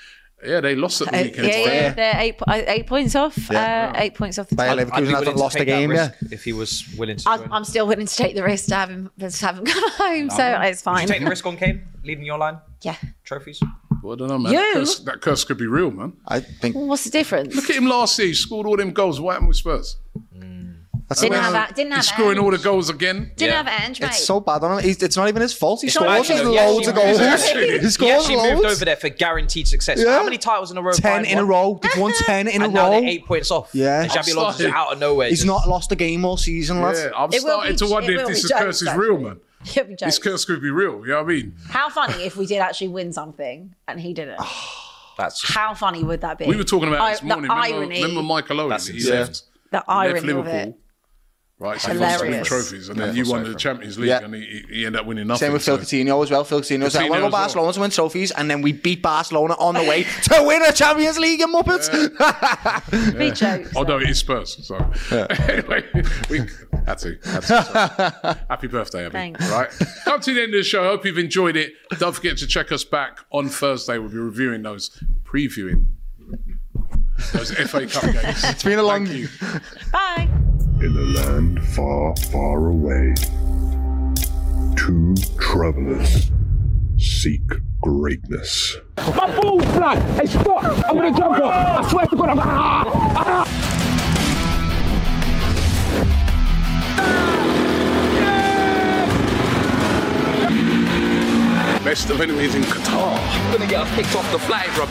Yeah, they lost at the
yeah,
weekend.
Uh, yeah,
right?
yeah. They're eight, po- eight points off.
Yeah.
Uh, eight points off the
Bayer
top.
Leverkusen
I'd be willing
hasn't
to
lost a
take that
game, yeah.
risk if he was willing to.
I,
join.
I'm still willing to take the risk to have him to have him come home, so it's
Would you
fine.
take the risk on Kane leaving your line
yeah.
trophies?
Well, I don't know, man.
You?
That, curse, that curse could be real, man.
I think
Well, What's the difference?
Look at him last year. He scored all them goals. What happened with Spurs?
that's
Didn't
the-
have that. Didn't have
He's scoring
it.
all the goals again.
Didn't
Yeah.
have Ange, mate.
It's so bad on him. He's, it's not even his fault. He scores
actually- he
loads of
actually-
goals.
he actually-
He
He
scores
actually moved
loads.
over there for guaranteed success.
Yeah.
How many titles in a row?
Ten
Bayern
in a
won?
row. They've won ten in a
And now
row.
they're eight points off.
Yeah.
And Xabi Alonso's
Upside.
just out of nowhere.
He's
just-
not lost a game all season, lads.
Yeah, I'm
It will
starting
be-
to wonder
it
if
will
this
be
is
jokes,
curse is
actually.
real, man.
He'll be
This
joking.
curse could be real. You know what I mean?
How funny if we did actually win something and he didn't.
That's just-
How funny would that be?
Ah. We were talking about
I-
this morning.
The
remember,
irony.
remember Michael Owen?
That's
He
insane.
left, he
the
left
irony of
Liverpool.
it.
Right, so he won three
Hilarious.
trophies, and
Yeah,
then you
for
won
sure.
the Champions League,
Yeah.
and he, he ended up winning nothing.
Same with Phil
so-
Coutinho as well. Phil Coutinho was like, I want
Coutinho
to
as
go
well.
Barcelona to win trophies, and then we beat Barcelona on the way to win a Champions League, you Muppets.
Big jokes.
Although it is Spurs, so anyway, we had to. Had to sorry. Happy birthday, Abby!
Thanks.
Right, come to the end of the show. Hope you've enjoyed it. Don't forget to check us back on Thursday. We'll be reviewing those, previewing those FA Cup games.
It's been a long
Thank you.
Bye.
in a land far, far away. Two travelers seek greatness.
My food's blood. Hey, spot. I'm gonna jump off. I swear to God, I'm gonna. Ah, ah.
best of enemies in Qatar.
Gonna get us kicked off the fly, bro.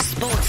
Sports